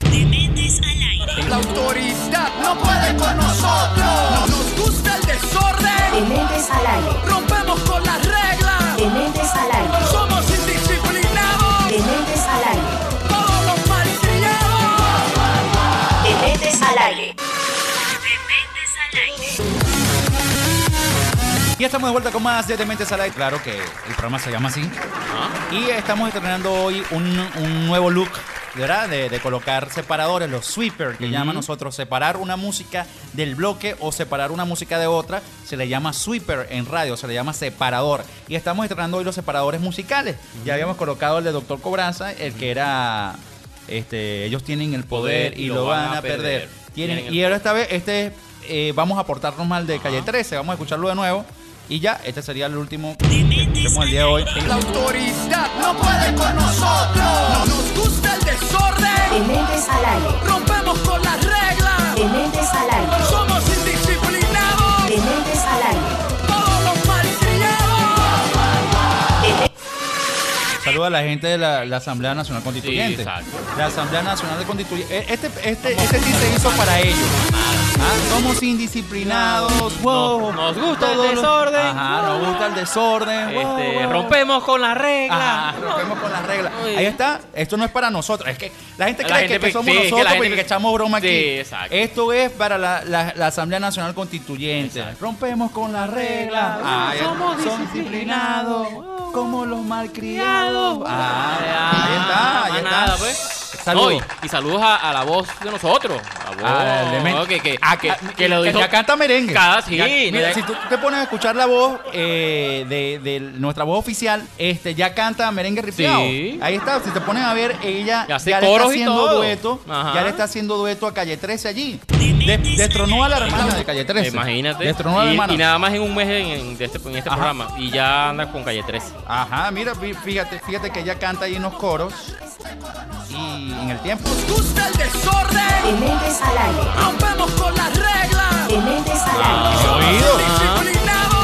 Speaker 1: Dementes al aire.
Speaker 4: La autoridad no puede con nosotros. Nos gusta el desorden.
Speaker 1: Dementes al aire.
Speaker 4: Rompemos con las reglas.
Speaker 1: Dementes al aire.
Speaker 4: Somos indisciplinados.
Speaker 1: Dementes al aire.
Speaker 4: Todos los malcriados.
Speaker 1: Dementes al aire. Dementes al aire.
Speaker 3: Y estamos de vuelta con más de Dementes al Aire. Claro que el programa se llama así. Y estamos estrenando hoy un, un nuevo look, ¿verdad? De, de colocar separadores, los sweepers, que llaman nosotros. Separar una música del bloque o separar una música de otra, se le llama sweeper en radio, se le llama separador. Y estamos estrenando hoy los separadores musicales. Ya habíamos colocado el de Doctor Cobranza, el que era... Este, ellos tienen el poder, y lo van, a perder. Tienen,
Speaker 2: Tienen el
Speaker 3: y ahora esta vez, este eh, vamos a portarnos mal de calle 13, vamos a escucharlo de nuevo. Y ya, este sería el último que tenemos el día de hoy.
Speaker 4: La autoridad no puede con nosotros. Nos gusta el desorden.
Speaker 1: Dementes al aire.
Speaker 4: Rompemos con las reglas.
Speaker 1: Dementes al aire.
Speaker 4: Somos indisciplinados.
Speaker 1: Dementes al aire.
Speaker 4: Todos los malcriados.
Speaker 3: Saluda a la gente de la, la Asamblea Nacional Constituyente.
Speaker 2: exacto.
Speaker 3: la Asamblea Nacional de Constituyente. eh, Este, este, este sí se hizo para ellos. Ah, somos indisciplinados. wow.
Speaker 2: nos gusta el
Speaker 3: Todos los-
Speaker 2: desorden,
Speaker 3: Ajá,
Speaker 2: wow.
Speaker 3: nos gusta el desorden. wow,
Speaker 2: Este,
Speaker 3: wow.
Speaker 2: rompemos con las reglas.
Speaker 3: Ajá, Ah, rompemos con las reglas.
Speaker 2: Muy
Speaker 3: Ahí
Speaker 2: bien.
Speaker 3: está. Esto no es para nosotros. Es que la gente
Speaker 2: La
Speaker 3: cree que- que,
Speaker 2: gente pe-
Speaker 3: somos
Speaker 2: sí, es que la
Speaker 3: nosotros
Speaker 2: gente
Speaker 3: porque
Speaker 2: pe-
Speaker 3: echamos broma aquí.
Speaker 2: Sí, exacto.
Speaker 3: Esto es para la, la- la Asamblea Nacional Constituyente. Rompemos con las reglas.
Speaker 2: Ah,
Speaker 3: Ay,
Speaker 2: somos
Speaker 3: son
Speaker 2: disciplinados.
Speaker 3: disciplinados como los malcriados.
Speaker 2: Ah,
Speaker 3: Ah, ahí está, ahí
Speaker 2: más
Speaker 3: está.
Speaker 2: nada, pues.
Speaker 3: Saludos.
Speaker 2: No, y, y saludos a, a la voz de nosotros. A la voz.
Speaker 3: Ah, el demente.
Speaker 2: Oh. que, que,
Speaker 3: Ah,
Speaker 2: que,
Speaker 3: ah,
Speaker 2: que lo
Speaker 3: que
Speaker 2: dijo.
Speaker 3: ya canta merengue.
Speaker 2: Cada- sí,
Speaker 3: Ya-
Speaker 2: no
Speaker 3: mira,
Speaker 2: ya-
Speaker 3: si tú te pones a escuchar la voz eh, de, de nuestra voz oficial, este ya canta merengue ripiado.
Speaker 2: Sí.
Speaker 3: Ahí está, si te pones a ver, ella
Speaker 2: Y
Speaker 3: ya,
Speaker 2: hace
Speaker 3: le está
Speaker 2: coros y
Speaker 3: haciendo
Speaker 2: todo.
Speaker 3: dueto,
Speaker 2: Ajá.
Speaker 3: ya le está haciendo dueto a Calle 13 allí. De- destronó a la hermana de Calle 13.
Speaker 2: Imagínate.
Speaker 3: Destronó a la
Speaker 2: y,
Speaker 3: hermana.
Speaker 2: y nada más en un mes en, en- de este, en este
Speaker 3: Ajá.
Speaker 2: programa. Y ya anda con calle 13.
Speaker 3: Ajá, mira, fí- fíjate, fíjate que ella canta ahí unos coros y en el tiempo.
Speaker 4: Nos gusta el desorden.
Speaker 1: Dementes al aire.
Speaker 4: Rompemos con las reglas.
Speaker 1: Dementes al aire.
Speaker 3: Oído.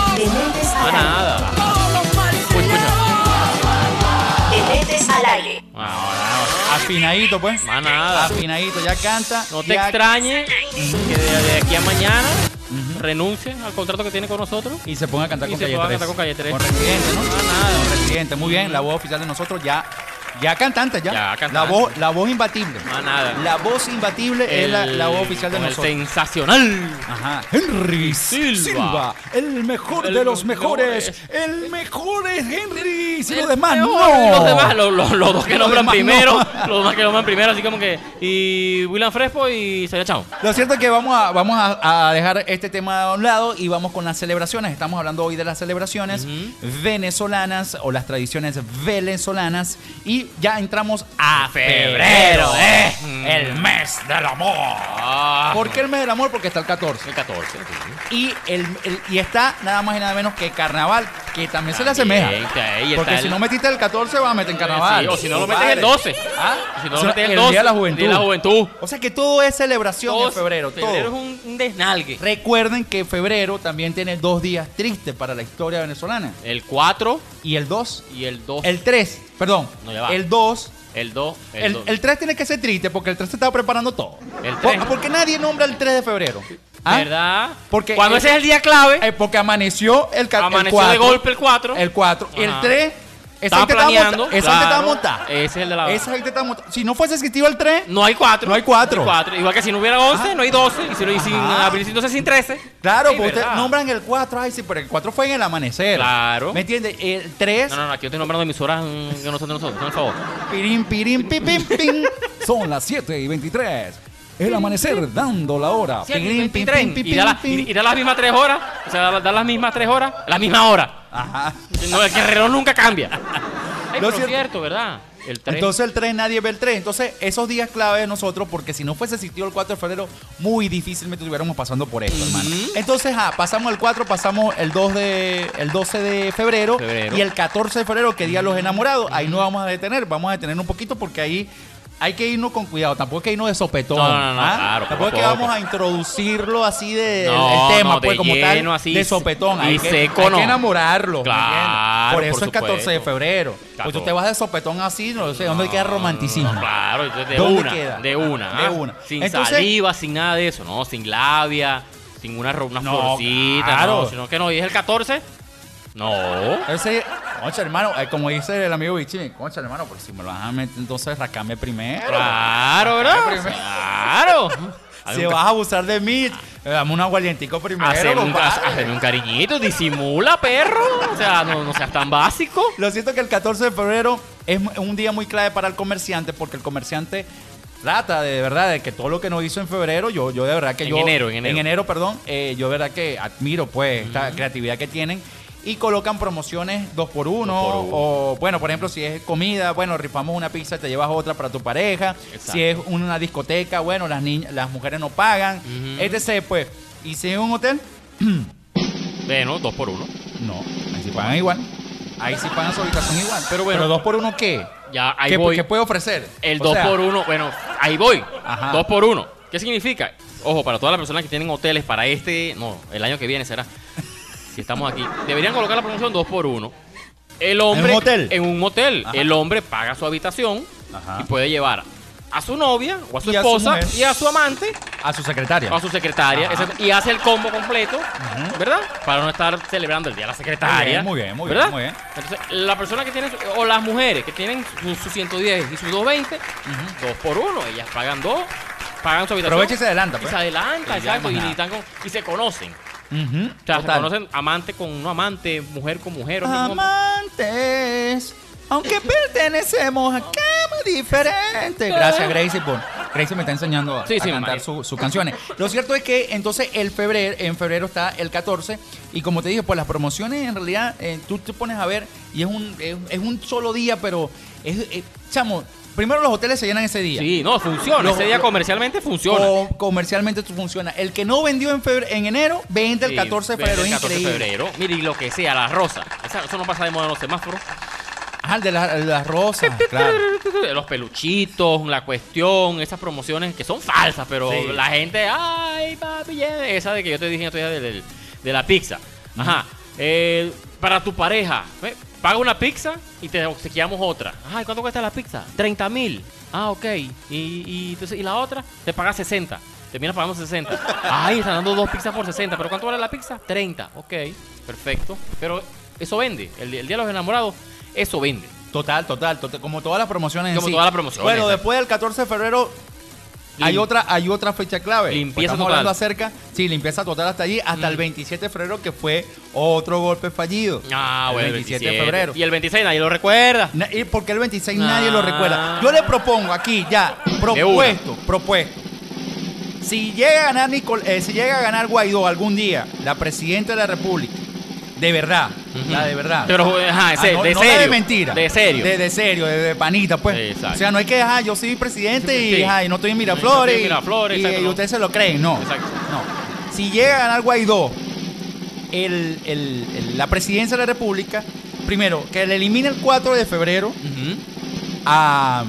Speaker 3: Afinadito, pues.
Speaker 2: Más nada.
Speaker 3: Afinadito, ya canta.
Speaker 2: No te
Speaker 3: ya-
Speaker 2: extrañe que de, de aquí a mañana renuncie al contrato que tiene con nosotros.
Speaker 3: Y se ponga a cantar
Speaker 2: Y
Speaker 3: con
Speaker 2: se
Speaker 3: Calle
Speaker 2: ponga a
Speaker 3: 13.
Speaker 2: cantar con Calle 13.
Speaker 3: Residente, ¿no? Ah,
Speaker 2: Más nada.
Speaker 3: Residente, muy bien. La voz oficial de nosotros ya. Ya cantante, ya.
Speaker 2: Ya cantante.
Speaker 3: La voz, la voz imbatible.
Speaker 2: Más nada.
Speaker 3: La voz imbatible es la, la voz oficial de
Speaker 2: con el
Speaker 3: nosotros.
Speaker 2: Sensacional.
Speaker 3: Ajá. Henry
Speaker 2: Silva.
Speaker 5: el mejor
Speaker 2: El
Speaker 5: de los
Speaker 2: mejor
Speaker 5: mejores,
Speaker 2: es-
Speaker 5: el mejor es Henry, si
Speaker 2: El
Speaker 5: los demás
Speaker 2: peor,
Speaker 5: no.
Speaker 2: y Los demás, los, los- los dos que
Speaker 3: Los
Speaker 2: nombran
Speaker 3: demás
Speaker 2: primero.
Speaker 3: no.
Speaker 2: Los demás que nombran primero, así como que. Y William Frespo y Sería Chao.
Speaker 3: Lo cierto es que vamos, a, vamos a, a dejar este tema a un lado y vamos con las celebraciones. Estamos hablando hoy de las celebraciones venezolanas o las tradiciones venezolanas. Y ya entramos
Speaker 2: Ah,
Speaker 3: a febrero, ¿eh?
Speaker 2: Mm.
Speaker 3: El mes del amor. ¿Por qué el mes del amor? Porque está el 14.
Speaker 2: El 14. sí.
Speaker 3: Y, el, el- y está nada más y nada menos que carnaval, que también, se le
Speaker 2: También,
Speaker 3: asemeja.
Speaker 2: está ahí,
Speaker 3: Porque
Speaker 2: está
Speaker 3: si
Speaker 2: el-
Speaker 3: no metiste el 14, vas a meter en carnaval.
Speaker 2: Sí, o si no lo metes el 12.
Speaker 3: ¿Ah?
Speaker 2: Si no
Speaker 3: O
Speaker 2: lo
Speaker 3: sea,
Speaker 2: metes el
Speaker 3: el
Speaker 2: 12.
Speaker 3: Día de la Juventud.
Speaker 2: Día de la Juventud.
Speaker 3: O sea que todo es celebración
Speaker 2: Todo
Speaker 3: en febrero. todo.
Speaker 2: Febrero es un, un desnalgue.
Speaker 3: Recuerden que febrero también tiene dos días tristes para la historia venezolana.
Speaker 2: El 4
Speaker 3: Y el 2,
Speaker 2: y el 2.
Speaker 3: el 3, perdón,
Speaker 2: No, ya va.
Speaker 3: el 2,
Speaker 2: El 2. El,
Speaker 3: el,
Speaker 2: dos.
Speaker 3: el 3 tiene que ser triste porque el 3 se estaba preparando todo.
Speaker 2: El
Speaker 3: Po-
Speaker 2: 3.
Speaker 3: Porque nadie nombra el 3 de febrero. ¿Ah?
Speaker 2: ¿Verdad?
Speaker 3: Porque
Speaker 2: Cuando
Speaker 3: el-
Speaker 2: ese es el día clave,
Speaker 3: Eh, porque amaneció el 4.
Speaker 2: amaneció de golpe el 4.
Speaker 3: El 4. Y el
Speaker 2: Ajá.
Speaker 3: 3, esa
Speaker 2: Estaba
Speaker 3: gente estaba monta-
Speaker 2: planeando.
Speaker 3: Esa gente estaba
Speaker 2: claro. Eh,
Speaker 3: montada.
Speaker 2: Ese es el de la
Speaker 3: Esa gente estaba monta- Si no fuese existido el 3,
Speaker 2: No hay 4.
Speaker 3: No hay cuatro. Ah.
Speaker 2: Igual que si no hubiera 11, no hay 12. Y si no hay sin,
Speaker 3: Ajá.
Speaker 2: abrir entonces sin 13.
Speaker 3: Claro,
Speaker 2: Sí,
Speaker 3: porque ustedes
Speaker 2: ¿verdad?
Speaker 3: nombran el 4, ay sí, pero el 4 fue en el amanecer.
Speaker 2: Claro.
Speaker 3: ¿Me entiendes? El 3,
Speaker 2: No, no, no, aquí yo estoy nombrando emisoras mm, que no son de nosotros, por favor.
Speaker 3: pirim, pirim, pim, pim, pim.
Speaker 5: Son las 7 y 23. El amanecer dando la hora.
Speaker 3: Sí. Pirim, pim, pim, pim,
Speaker 2: Y da, la-
Speaker 3: pim, pim.
Speaker 2: y, y da las mismas 3 horas, o sea, da, da las mismas 3 horas, la misma hora.
Speaker 3: Ajá.
Speaker 2: No, el que el reloj nunca cambia. Ay,
Speaker 3: Lo
Speaker 2: pero
Speaker 3: cierto-
Speaker 2: es cierto, ¿verdad? El 3.
Speaker 3: Entonces el 3 nadie ve el 3. Entonces esos días clave de nosotros, porque si no fuese existido el 4 de febrero, muy difícilmente estuviéramos pasando por esto, hermano. Entonces, ah, pasamos el 4, pasamos el 2 de el 12 de febrero,
Speaker 2: Febrero.
Speaker 3: y el 14 de febrero, que día de los enamorados, ahí no vamos a detener, vamos a detener un poquito porque ahí hay que irnos con cuidado, tampoco hay que irnos de sopetón.
Speaker 2: No, no, no,
Speaker 3: ¿ah?
Speaker 2: claro,
Speaker 3: Tampoco es
Speaker 2: poco
Speaker 3: que
Speaker 2: a
Speaker 3: vamos
Speaker 2: poco.
Speaker 3: a introducirlo así de el-
Speaker 2: No,
Speaker 3: el tema,
Speaker 2: no, de
Speaker 3: pues, como tal,
Speaker 2: lleno, así,
Speaker 3: de sopetón.
Speaker 2: y
Speaker 3: hay, que, hay
Speaker 2: seco, no.
Speaker 3: que enamorarlo. ¿me
Speaker 2: Claro,
Speaker 3: entiendes? Por
Speaker 2: por
Speaker 3: eso es 14 de
Speaker 2: supuesto.
Speaker 3: febrero. Pues tú
Speaker 2: Claro.
Speaker 3: te vas de sopetón así, no sé, ¿dónde queda romanticismo?
Speaker 2: No, claro, entonces de
Speaker 3: ¿Dónde
Speaker 2: una.
Speaker 3: queda?
Speaker 2: De una.
Speaker 3: De
Speaker 2: ¿ah?
Speaker 3: una.
Speaker 2: Sin
Speaker 3: Entonces-
Speaker 2: saliva, sin nada de eso, ¿no? Sin labia, sin una, ro- una
Speaker 3: No,
Speaker 2: florcita,
Speaker 3: claro.
Speaker 2: no, sino que no. Y es el 14. No.
Speaker 3: Ese, concha, hermano, eh, como dice el amigo Bichini, concha, hermano, pues si me lo vas a meter, entonces racame primero.
Speaker 2: Claro, ¿verdad?
Speaker 3: Ah, primero.
Speaker 2: Claro.
Speaker 3: Si vas a abusar de mí, eh, dame un aguardientico primero.
Speaker 2: Hacer un,
Speaker 3: compadre.
Speaker 2: hace- hacerme un cariñito, disimula, perro. O sea, no, no seas tan básico.
Speaker 3: Lo siento que el 14 de febrero es mu- un día muy clave para el comerciante porque el comerciante trata de, de verdad de que todo lo que nos hizo en febrero, yo, yo de verdad que
Speaker 2: En
Speaker 3: yo...
Speaker 2: enero, en enero.
Speaker 3: perdón. eh, yo de verdad que admiro pues esta creatividad que tienen y colocan promociones dos por uno,
Speaker 2: Dos por uno.
Speaker 3: o bueno, por ejemplo, si es comida, bueno, rifamos una pizza, te llevas otra para tu pareja.
Speaker 2: Exacto.
Speaker 3: Si es una discoteca, bueno, las niñas, las mujeres no pagan, etc. Pues, y si es un hotel,
Speaker 2: Bueno, dos por uno.
Speaker 3: no, ahí sí pagan igual. Ahí sí pagan su habitación igual. Pero bueno, dos por uno qué?
Speaker 2: Ya, ahí
Speaker 3: ¿Qué,
Speaker 2: voy.
Speaker 3: qué puede ofrecer?
Speaker 2: El
Speaker 3: O
Speaker 2: 2
Speaker 3: sea,
Speaker 2: por 1 bueno, ahí voy.
Speaker 3: Ajá.
Speaker 2: 2 por 1 ¿Qué significa? Ojo, para todas las personas que tienen hoteles para este, no, el año que viene será. Si estamos aquí, deberían colocar la promoción 2 por 1 El hombre
Speaker 3: ¿En un hotel?
Speaker 2: en un hotel.
Speaker 3: Ajá.
Speaker 2: el hombre paga su habitación
Speaker 3: Ajá.
Speaker 2: y puede llevar a su novia o a su
Speaker 3: Y a su
Speaker 2: esposa
Speaker 3: mujer.
Speaker 2: y a su amante
Speaker 3: A su secretaria.
Speaker 2: o a su secretaria exacto, y hace el combo completo, ¿verdad? Para no estar celebrando el día de la secretaria.
Speaker 3: Muy bien, muy bien, muy
Speaker 2: ¿verdad?
Speaker 3: bien, muy bien.
Speaker 2: Entonces, la persona que tiene, su- o las mujeres que tienen su, su 110 y su 220, dos por uno, ellas pagan dos, pagan su habitación.
Speaker 3: Aprovecha y se adelanta,
Speaker 2: Y
Speaker 3: pues.
Speaker 2: se adelanta,
Speaker 3: Y ya
Speaker 2: exacto,
Speaker 3: más
Speaker 2: y,
Speaker 3: nada.
Speaker 2: están con- y se conocen.
Speaker 3: Ujú,
Speaker 2: O sea,
Speaker 3: total.
Speaker 2: se conocen amante con no amante, mujer con mujer. hombre con hombre.
Speaker 3: Amantes, aunque pertenecemos a camas diferentes. Gracias, Gracie, por. Gracie me está enseñando a,
Speaker 2: Sí,
Speaker 3: a
Speaker 2: sí, me
Speaker 3: cantar
Speaker 2: imagino.
Speaker 3: su- sus canciones. Lo cierto es que entonces el febrero, en febrero está el 14 y como te dije, pues las promociones en realidad eh, tú te pones a ver y es un, es, es un solo día, pero es, eh, chamo, primero los hoteles se llenan ese día.
Speaker 2: Sí, no, funciona.
Speaker 3: Los-
Speaker 2: Ese día
Speaker 3: los-
Speaker 2: comercialmente funciona.
Speaker 3: Com- comercialmente esto funciona. El que no vendió en, febrero, en enero, vende el
Speaker 2: Sí,
Speaker 3: 14 de
Speaker 2: vende
Speaker 3: febrero.
Speaker 2: El 14 de
Speaker 3: increíble.
Speaker 2: febrero. Mire, y lo que sea, la rosa. Esa- Eso no pasa de moda en los semáforos.
Speaker 3: Ah, el de la- el de las rosas, claro.
Speaker 2: Los peluchitos, la cuestión, esas promociones que son falsas, pero
Speaker 3: Sí.
Speaker 2: la gente, ay, papi, ya", esa de que yo te dije otro día del- del- de, la pizza. Ajá. Eh, para tu pareja, ¿eh? paga una pizza y te obsequiamos otra. Ay, ¿cuánto cuesta la pizza? 30 mil. Ah, ok. Y, y, entonces, y la otra, te pagas 60. Terminas pagando 60. Ay, están dando dos pizzas por 60. ¿Pero cuánto vale la pizza? 30. Ok, perfecto. Pero eso vende. El, el Día de los Enamorados, eso vende.
Speaker 3: Total, total, total, como todas las promociones. en
Speaker 2: Como
Speaker 3: sí.
Speaker 2: todas las promociones,
Speaker 3: Bueno,
Speaker 2: exacto.
Speaker 3: después del 14 de febrero
Speaker 2: Lim-
Speaker 3: hay otra, hay otra fecha clave.
Speaker 2: Limpieza
Speaker 3: Porque Estamos
Speaker 2: total. Mm.
Speaker 3: hablando acerca, sí, limpieza total hasta allí, hasta el 27 de febrero que fue otro golpe fallido.
Speaker 2: Ah,
Speaker 3: El
Speaker 2: bueno,
Speaker 3: 27 de febrero.
Speaker 2: Y el 26 nadie lo recuerda.
Speaker 3: Na- ¿Y por qué el 26 nadie
Speaker 2: Ah.
Speaker 3: lo recuerda? Yo le propongo aquí ya, propuesto, propuesto. Si llega a ganar Nicol- eh, si llega a ganar Guaidó algún día, la presidenta de la República, de verdad, la de verdad.
Speaker 2: Pero, eh, ajá,
Speaker 3: Ah,
Speaker 2: ese-
Speaker 3: no,
Speaker 2: de
Speaker 3: no
Speaker 2: serio.
Speaker 3: de mentira.
Speaker 2: De serio.
Speaker 3: De, de serio, de, de panita, pues.
Speaker 2: Exacto.
Speaker 3: O sea, no es que, ajá, yo soy presidente y,
Speaker 2: Sí.
Speaker 3: ajá, y no estoy en
Speaker 2: No estoy
Speaker 3: Miraflores.
Speaker 2: en Miraflores,
Speaker 3: y- y,
Speaker 2: exacto, no.
Speaker 3: ustedes se lo creen, no.
Speaker 2: Exacto.
Speaker 3: No. Si llega a ganar Guaidó el- el- el- la presidencia de la República, primero, que le elimine el 4 de febrero
Speaker 2: Ujú.
Speaker 3: a-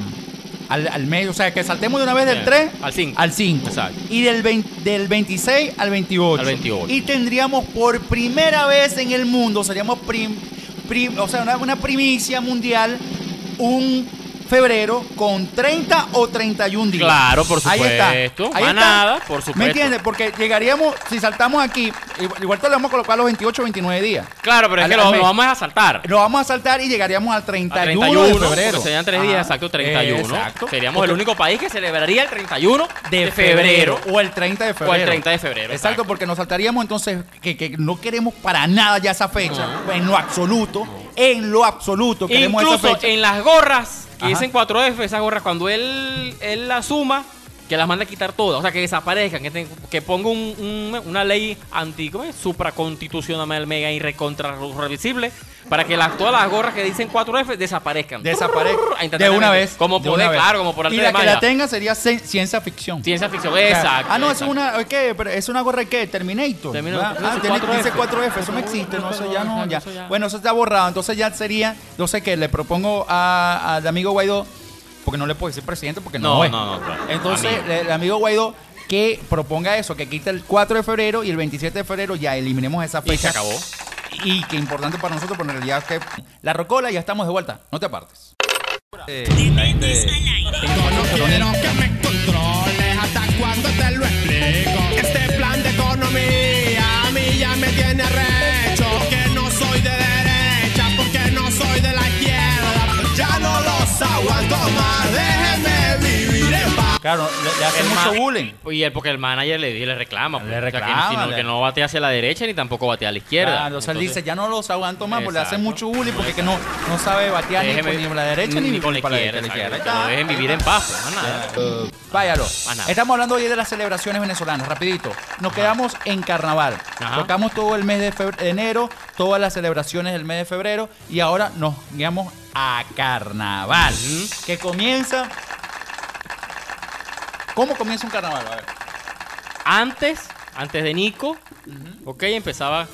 Speaker 3: al, al medio, o sea, que saltemos de una vez del
Speaker 2: Bien,
Speaker 3: 3
Speaker 2: al cinco.
Speaker 3: Al cinco.
Speaker 2: Exacto.
Speaker 3: Y del, 20 del 26 al 28.
Speaker 2: Al 28.
Speaker 3: Y tendríamos por primera vez en el mundo, seríamos prim, prim- o sea, una, una primicia mundial, un febrero con 30 o 31 días.
Speaker 2: Claro, por
Speaker 3: Ahí está.
Speaker 2: supuesto.
Speaker 3: Ahí está.
Speaker 2: Más nada, por supuesto.
Speaker 3: ¿Me entiendes? Porque llegaríamos, si saltamos aquí, igual- igual te lo vamos a colocar los 28 o 29 días.
Speaker 2: Claro, pero es
Speaker 3: Al-
Speaker 2: que
Speaker 3: al
Speaker 2: lo,
Speaker 3: mes.
Speaker 2: lo vamos a saltar.
Speaker 3: Lo vamos a saltar y llegaríamos al 31,
Speaker 2: A
Speaker 3: de
Speaker 2: 31
Speaker 3: febrero.
Speaker 2: porque Serían tres días,
Speaker 3: Ajá.
Speaker 2: exacto, 31.
Speaker 3: Exacto.
Speaker 2: Seríamos el único país que celebraría el 31 de,
Speaker 3: de
Speaker 2: febrero.
Speaker 3: febrero. O el 30 de febrero.
Speaker 2: 30 de febrero,
Speaker 3: Exacto,
Speaker 2: exacto.
Speaker 3: porque nos saltaríamos entonces que, que no queremos para nada ya esa fecha. En lo absoluto. En lo absoluto queremos esa
Speaker 2: Incluso
Speaker 3: fecha.
Speaker 2: en las gorras que
Speaker 3: Ajá.
Speaker 2: dicen 4F, esas gorras, cuando él, él las suma, que las manda a quitar todas, o sea, que desaparezcan, que, ten- que ponga un- un- una ley anti, ¿cómo es? Supraconstitucional, mega y recontrarrevisible, para que las, todas las gorras que dicen 4F desaparezcan. Prrrr,
Speaker 3: Desaparece. De
Speaker 2: instantáneamente.
Speaker 3: una vez.
Speaker 2: Como
Speaker 3: de
Speaker 2: por
Speaker 3: una vez.
Speaker 2: claro, como por arte
Speaker 3: Y
Speaker 2: de
Speaker 3: la que la
Speaker 2: magia.
Speaker 3: tenga sería cien- ciencia ficción.
Speaker 2: Ciencia ficción,
Speaker 3: O sea,
Speaker 2: exacto.
Speaker 3: Ah, no, es
Speaker 2: exacto.
Speaker 3: una, ¿es ¿qué? Pero es una gorra que Terminator.
Speaker 2: Terminator.
Speaker 3: ¿verdad?
Speaker 2: No,
Speaker 3: Ah,
Speaker 2: dice
Speaker 3: tiene-
Speaker 2: 4F.
Speaker 3: dice 4F, eso no existe, no, eso ya no,
Speaker 2: Exacto,
Speaker 3: ya.
Speaker 2: eso ya.
Speaker 3: Bueno, eso está borrado, entonces ya sería, no sé qué, le propongo a- al amigo Guaidó, porque no le puedo decir presidente porque no,
Speaker 2: No,
Speaker 3: es.
Speaker 2: no, no, claro.
Speaker 3: Entonces,
Speaker 2: Amigo.
Speaker 3: el amigo Guaidó que proponga eso, que quita el 4 de febrero y el 27 de febrero ya eliminemos esa
Speaker 2: Y se
Speaker 3: fecha.
Speaker 2: acabó.
Speaker 3: Y que importante para nosotros, porque en realidad es que la rocola ya estamos de vuelta, no te apartes.
Speaker 4: Quiero que me controles hasta cuando te lo explico. Este plan de economía a mí ya me tiene recho. Que no soy de derecha, porque no soy de la izquierda. Ya no los aguanto más, déjenme vivir en paz.
Speaker 3: Claro, le, le hacen
Speaker 2: El
Speaker 3: mucho
Speaker 2: ma-
Speaker 3: bullying.
Speaker 2: Y él, porque el manager le, le reclama. pues.
Speaker 3: Le
Speaker 2: O sea, que-
Speaker 3: reclama,
Speaker 2: sino
Speaker 3: le-
Speaker 2: que no batea hacia la derecha ni tampoco batea a la izquierda.
Speaker 3: Claro, o sea, él
Speaker 2: Entonces,
Speaker 3: dice, ya no los aguanto más, porque le hacen
Speaker 2: Exacto.
Speaker 3: mucho bullying, porque que no, no sabe batear ni,
Speaker 2: déjeme-
Speaker 3: por- ni por la derecha ni,
Speaker 2: con la
Speaker 3: por
Speaker 2: izquierda.
Speaker 3: izquierda.
Speaker 2: exacto. Que lo
Speaker 3: Ahí
Speaker 2: dejen
Speaker 3: está.
Speaker 2: vivir en paz. pues, más nada.
Speaker 3: Eh, váyalo.
Speaker 2: Más Ah, nada.
Speaker 3: Estamos hablando hoy de las celebraciones venezolanas, rapidito. Nos quedamos en carnaval.
Speaker 2: Ajá.
Speaker 3: Tocamos todo el mes de febr- enero, todas las celebraciones del mes de febrero y ahora nos guiamos a carnaval,
Speaker 2: Ujú.
Speaker 3: que comienza ¿Cómo comienza un carnaval? A ver.
Speaker 2: Antes, antes de Nico, ok, empezaba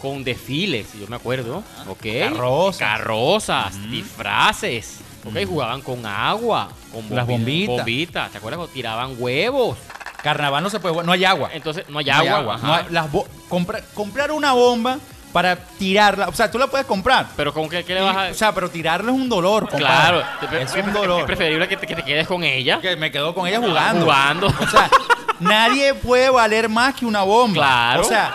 Speaker 2: con desfiles, yo me acuerdo. Ok.
Speaker 3: Ah, Carrozas.
Speaker 2: Carrozas, disfraces. Ok, jugaban con agua, con
Speaker 3: Las
Speaker 2: bombi-
Speaker 3: bombitas.
Speaker 2: bombitas, ¿Te acuerdas? Tiraban huevos.
Speaker 3: Carnaval no se puede, no hay agua.
Speaker 2: Entonces, no hay
Speaker 3: No hay
Speaker 2: agua.
Speaker 3: agua.
Speaker 2: ajá.
Speaker 3: No hay- las bo- compra- comprar una bomba para tirarla. O sea, tú la puedes comprar.
Speaker 2: Pero ¿con qué, qué le vas a...?
Speaker 3: O sea, pero tirarla es un dolor, compadre.
Speaker 2: claro. te-
Speaker 3: Es
Speaker 2: pre-
Speaker 3: un
Speaker 2: Es
Speaker 3: dolor.
Speaker 2: preferible que te, que te quedes con ella.
Speaker 3: Que me quedo con ella jugando.
Speaker 2: Jugando.
Speaker 3: O sea, nadie puede valer más que una bomba.
Speaker 2: Claro.
Speaker 3: O sea,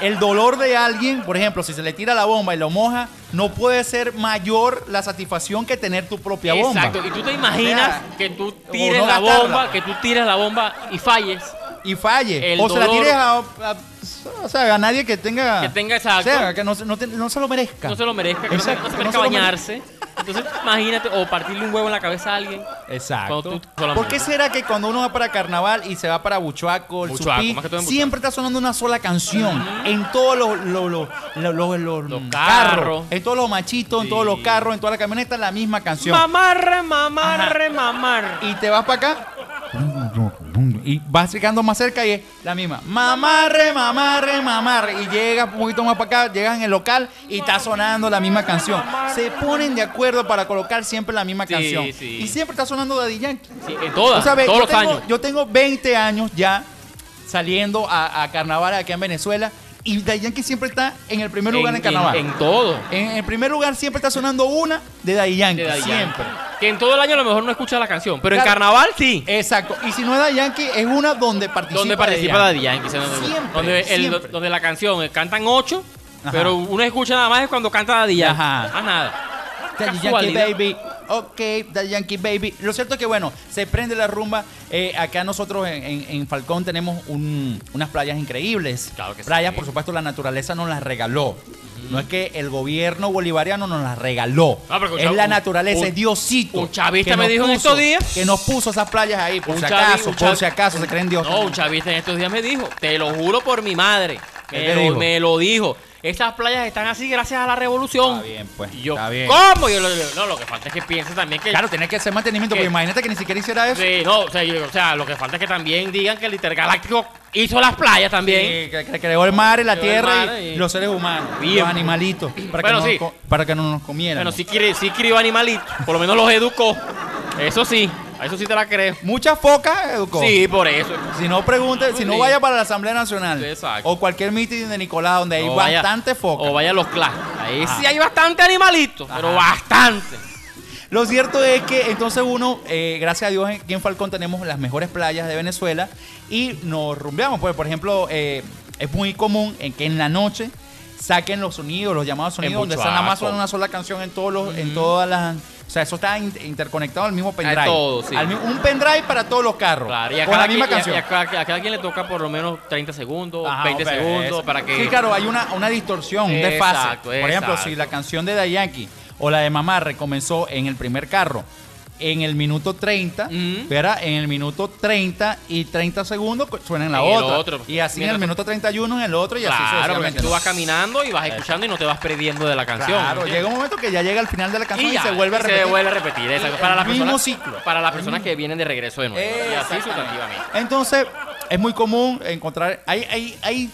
Speaker 3: el dolor de alguien, por ejemplo, si se le tira la bomba y lo moja, no puede ser mayor la satisfacción que tener tu propia bomba.
Speaker 2: Exacto, y tú te imaginas
Speaker 3: O sea,
Speaker 2: que tú
Speaker 3: o
Speaker 2: tires
Speaker 3: no
Speaker 2: la
Speaker 3: gastarla.
Speaker 2: bomba, que tú tires la bomba y falles.
Speaker 3: Y falle.
Speaker 2: El
Speaker 3: o se la
Speaker 2: dolor-
Speaker 3: tires a, a- o sea, a nadie que tenga.
Speaker 2: Que tenga exacto.
Speaker 3: O sea, que no, se- no te- no se lo merezca.
Speaker 2: No se lo merezca, que no se-
Speaker 3: Exacto,
Speaker 2: no se
Speaker 3: que
Speaker 2: merezca
Speaker 3: no se lo
Speaker 2: bañarse. Entonces, imagínate, o partirle un huevo en la cabeza a alguien.
Speaker 3: Exacto.
Speaker 2: Cuando tú solamente-
Speaker 3: ¿Por qué será que cuando uno va para carnaval y se va para Buchuaco, el
Speaker 2: Buchuaco,
Speaker 3: Supí,
Speaker 2: más que todo en Buchuaco.
Speaker 3: siempre está sonando una sola canción? En todos los, los- los- los- los- los
Speaker 2: Los
Speaker 3: carros,
Speaker 2: carros.
Speaker 3: en todos los machitos, en todos los carros, en todas las camionetas, la misma canción.
Speaker 2: Mamarre, mamarre, mamar.
Speaker 3: Y te vas para acá y vas llegando más cerca y es la misma. Mamarre, mamarre, mamarre. Y llegas un poquito más para acá, llegas en el local y está sonando la misma canción. Se ponen de acuerdo para colocar siempre la misma
Speaker 2: Sí,
Speaker 3: canción.
Speaker 2: sí.
Speaker 3: Y siempre está sonando Daddy Yankee.
Speaker 2: Sí, en todas,
Speaker 3: O sea, ve,
Speaker 2: todos
Speaker 3: yo
Speaker 2: los
Speaker 3: tengo,
Speaker 2: años.
Speaker 3: Yo tengo 20 años ya saliendo a, a carnaval aquí en Venezuela y Daddy Yankee siempre está en el primer lugar en, carnaval. En,
Speaker 2: En, todo.
Speaker 3: el primer lugar siempre está sonando una de Daddy Yankee.
Speaker 2: De Daddy
Speaker 3: siempre.
Speaker 2: Que en todo el año a lo mejor no escucha la canción, pero en carnaval sí.
Speaker 3: Exacto. Y si no es Da Yankee, es una donde participa.
Speaker 2: Donde
Speaker 3: Daddy
Speaker 2: participa
Speaker 3: Yankee.
Speaker 2: Daddy Yankee. ¿sabes?
Speaker 3: Siempre,
Speaker 2: donde, el-
Speaker 3: siempre.
Speaker 2: donde la canción eh, cantan ocho,
Speaker 3: Ajá.
Speaker 2: pero uno escucha nada más es cuando canta Daddy Yankee.
Speaker 3: Ajá.
Speaker 2: Más nada.
Speaker 3: Daddy Yankee
Speaker 2: Casualidad.
Speaker 3: Baby. Ok, Daddy Yankee Baby. Lo cierto es que, bueno, se prende la rumba. Eh, acá nosotros en, en- en Falcón tenemos un- unas playas increíbles.
Speaker 2: Claro que sí.
Speaker 3: playas, por supuesto, la naturaleza nos las regaló. No es que el gobierno bolivariano nos las regaló.
Speaker 2: Ah, pero que un
Speaker 3: es
Speaker 2: chavo-
Speaker 3: la naturaleza,
Speaker 2: un-
Speaker 3: es Diosito.
Speaker 2: un chavista
Speaker 3: que
Speaker 2: me
Speaker 3: nos
Speaker 2: dijo en
Speaker 3: puso-
Speaker 2: estos días-
Speaker 3: Que nos puso esas playas ahí, por
Speaker 2: Un
Speaker 3: si
Speaker 2: chavi-
Speaker 3: acaso,
Speaker 2: un
Speaker 3: por
Speaker 2: chavi-
Speaker 3: si acaso, se creen Dios.
Speaker 2: No, un chavista en estos días me dijo, te lo juro por mi madre.
Speaker 3: ¿Qué te
Speaker 2: Me, lo,
Speaker 3: dijo?
Speaker 2: me lo dijo. Estas playas están así gracias a la revolución.
Speaker 3: Está bien, pues,
Speaker 2: Y yo,
Speaker 3: está bien.
Speaker 2: ¿cómo? Yo, lo- lo- no, lo que falta es que piense también que.
Speaker 3: Claro, tenés que hacer mantenimiento,
Speaker 2: ¿Qué?
Speaker 3: porque imagínate que ni siquiera hiciera eso.
Speaker 2: Sí, no, o sea, yo- o sea, lo que falta es que también digan que el intergaláctico hizo las playas también.
Speaker 3: Sí, que, que creó el mar, la
Speaker 2: Creó el
Speaker 3: tierra
Speaker 2: mar
Speaker 3: y,
Speaker 2: y-
Speaker 3: los seres humanos,
Speaker 2: Bien.
Speaker 3: los animalitos, para,
Speaker 2: Bueno,
Speaker 3: que no
Speaker 2: sí.
Speaker 3: nos co- para que no nos comieran.
Speaker 2: Bueno, sí, cri- sí crió animalitos, por lo menos los educó. Eso sí, a eso sí te la creo.
Speaker 3: Muchas focas educó.
Speaker 2: Sí, por eso.
Speaker 3: Si no pregunte, si no
Speaker 2: Sí.
Speaker 3: vaya para la Asamblea Nacional
Speaker 2: Exacto.
Speaker 3: o cualquier mitin de Nicolás donde hay
Speaker 2: O vaya-
Speaker 3: bastante focas.
Speaker 2: O vaya a los clas. Ahí sí hay bastante animalitos, pero bastante.
Speaker 3: Lo cierto es que entonces uno, eh, gracias a Dios, aquí en Falcón tenemos las mejores playas de Venezuela y nos rumbeamos. Pues, por ejemplo, eh, es muy común en que en la noche saquen los sonidos, los llamados sonidos, donde están nada más
Speaker 2: Buchoaco.
Speaker 3: suena una sola canción en todos los, en todas las. O sea, eso está in- interconectado al mismo pendrive.
Speaker 2: todo, sí.
Speaker 3: Al mi- un pendrive para todos los carros.
Speaker 2: Claro, y a,
Speaker 3: con
Speaker 2: cada
Speaker 3: la misma
Speaker 2: quien, y a-
Speaker 3: canción.
Speaker 2: y a cada- a cada quien le toca por lo menos 30 segundos,
Speaker 3: Ajá,
Speaker 2: 20
Speaker 3: ok,
Speaker 2: segundos,
Speaker 3: eso.
Speaker 2: para que...
Speaker 3: Sí, claro, hay una, una distorsión de fase.
Speaker 2: Exacto,
Speaker 3: Por ejemplo,
Speaker 2: exacto.
Speaker 3: si la canción de Dayanki o la de Mamá recomenzó en el primer carro en el minuto 30,
Speaker 2: Ujú.
Speaker 3: ¿verdad? En el minuto 30 y 30 segundos cu- suena en la
Speaker 2: Y el
Speaker 3: otra.
Speaker 2: otro.
Speaker 3: Y así en el
Speaker 2: Mientras-
Speaker 3: minuto 31 en el otro y así
Speaker 2: Claro, porque
Speaker 3: sucesivamente,
Speaker 2: tú
Speaker 3: ¿no?
Speaker 2: vas caminando y vas escuchando y no te vas perdiendo de la canción.
Speaker 3: Claro,
Speaker 2: ¿entiendes?
Speaker 3: llega un momento que ya llega al final de la canción y,
Speaker 2: ya,
Speaker 3: se vuelve a repetir.
Speaker 2: Se vuelve a repetir, exacto.
Speaker 3: El
Speaker 2: para las
Speaker 3: mismo
Speaker 2: personas,
Speaker 3: ciclo.
Speaker 2: Para las personas que vienen de regreso de nuevo. Y así
Speaker 3: Exactamente.
Speaker 2: sustantivamente.
Speaker 3: Entonces, es muy común encontrar. Hay, hay, hay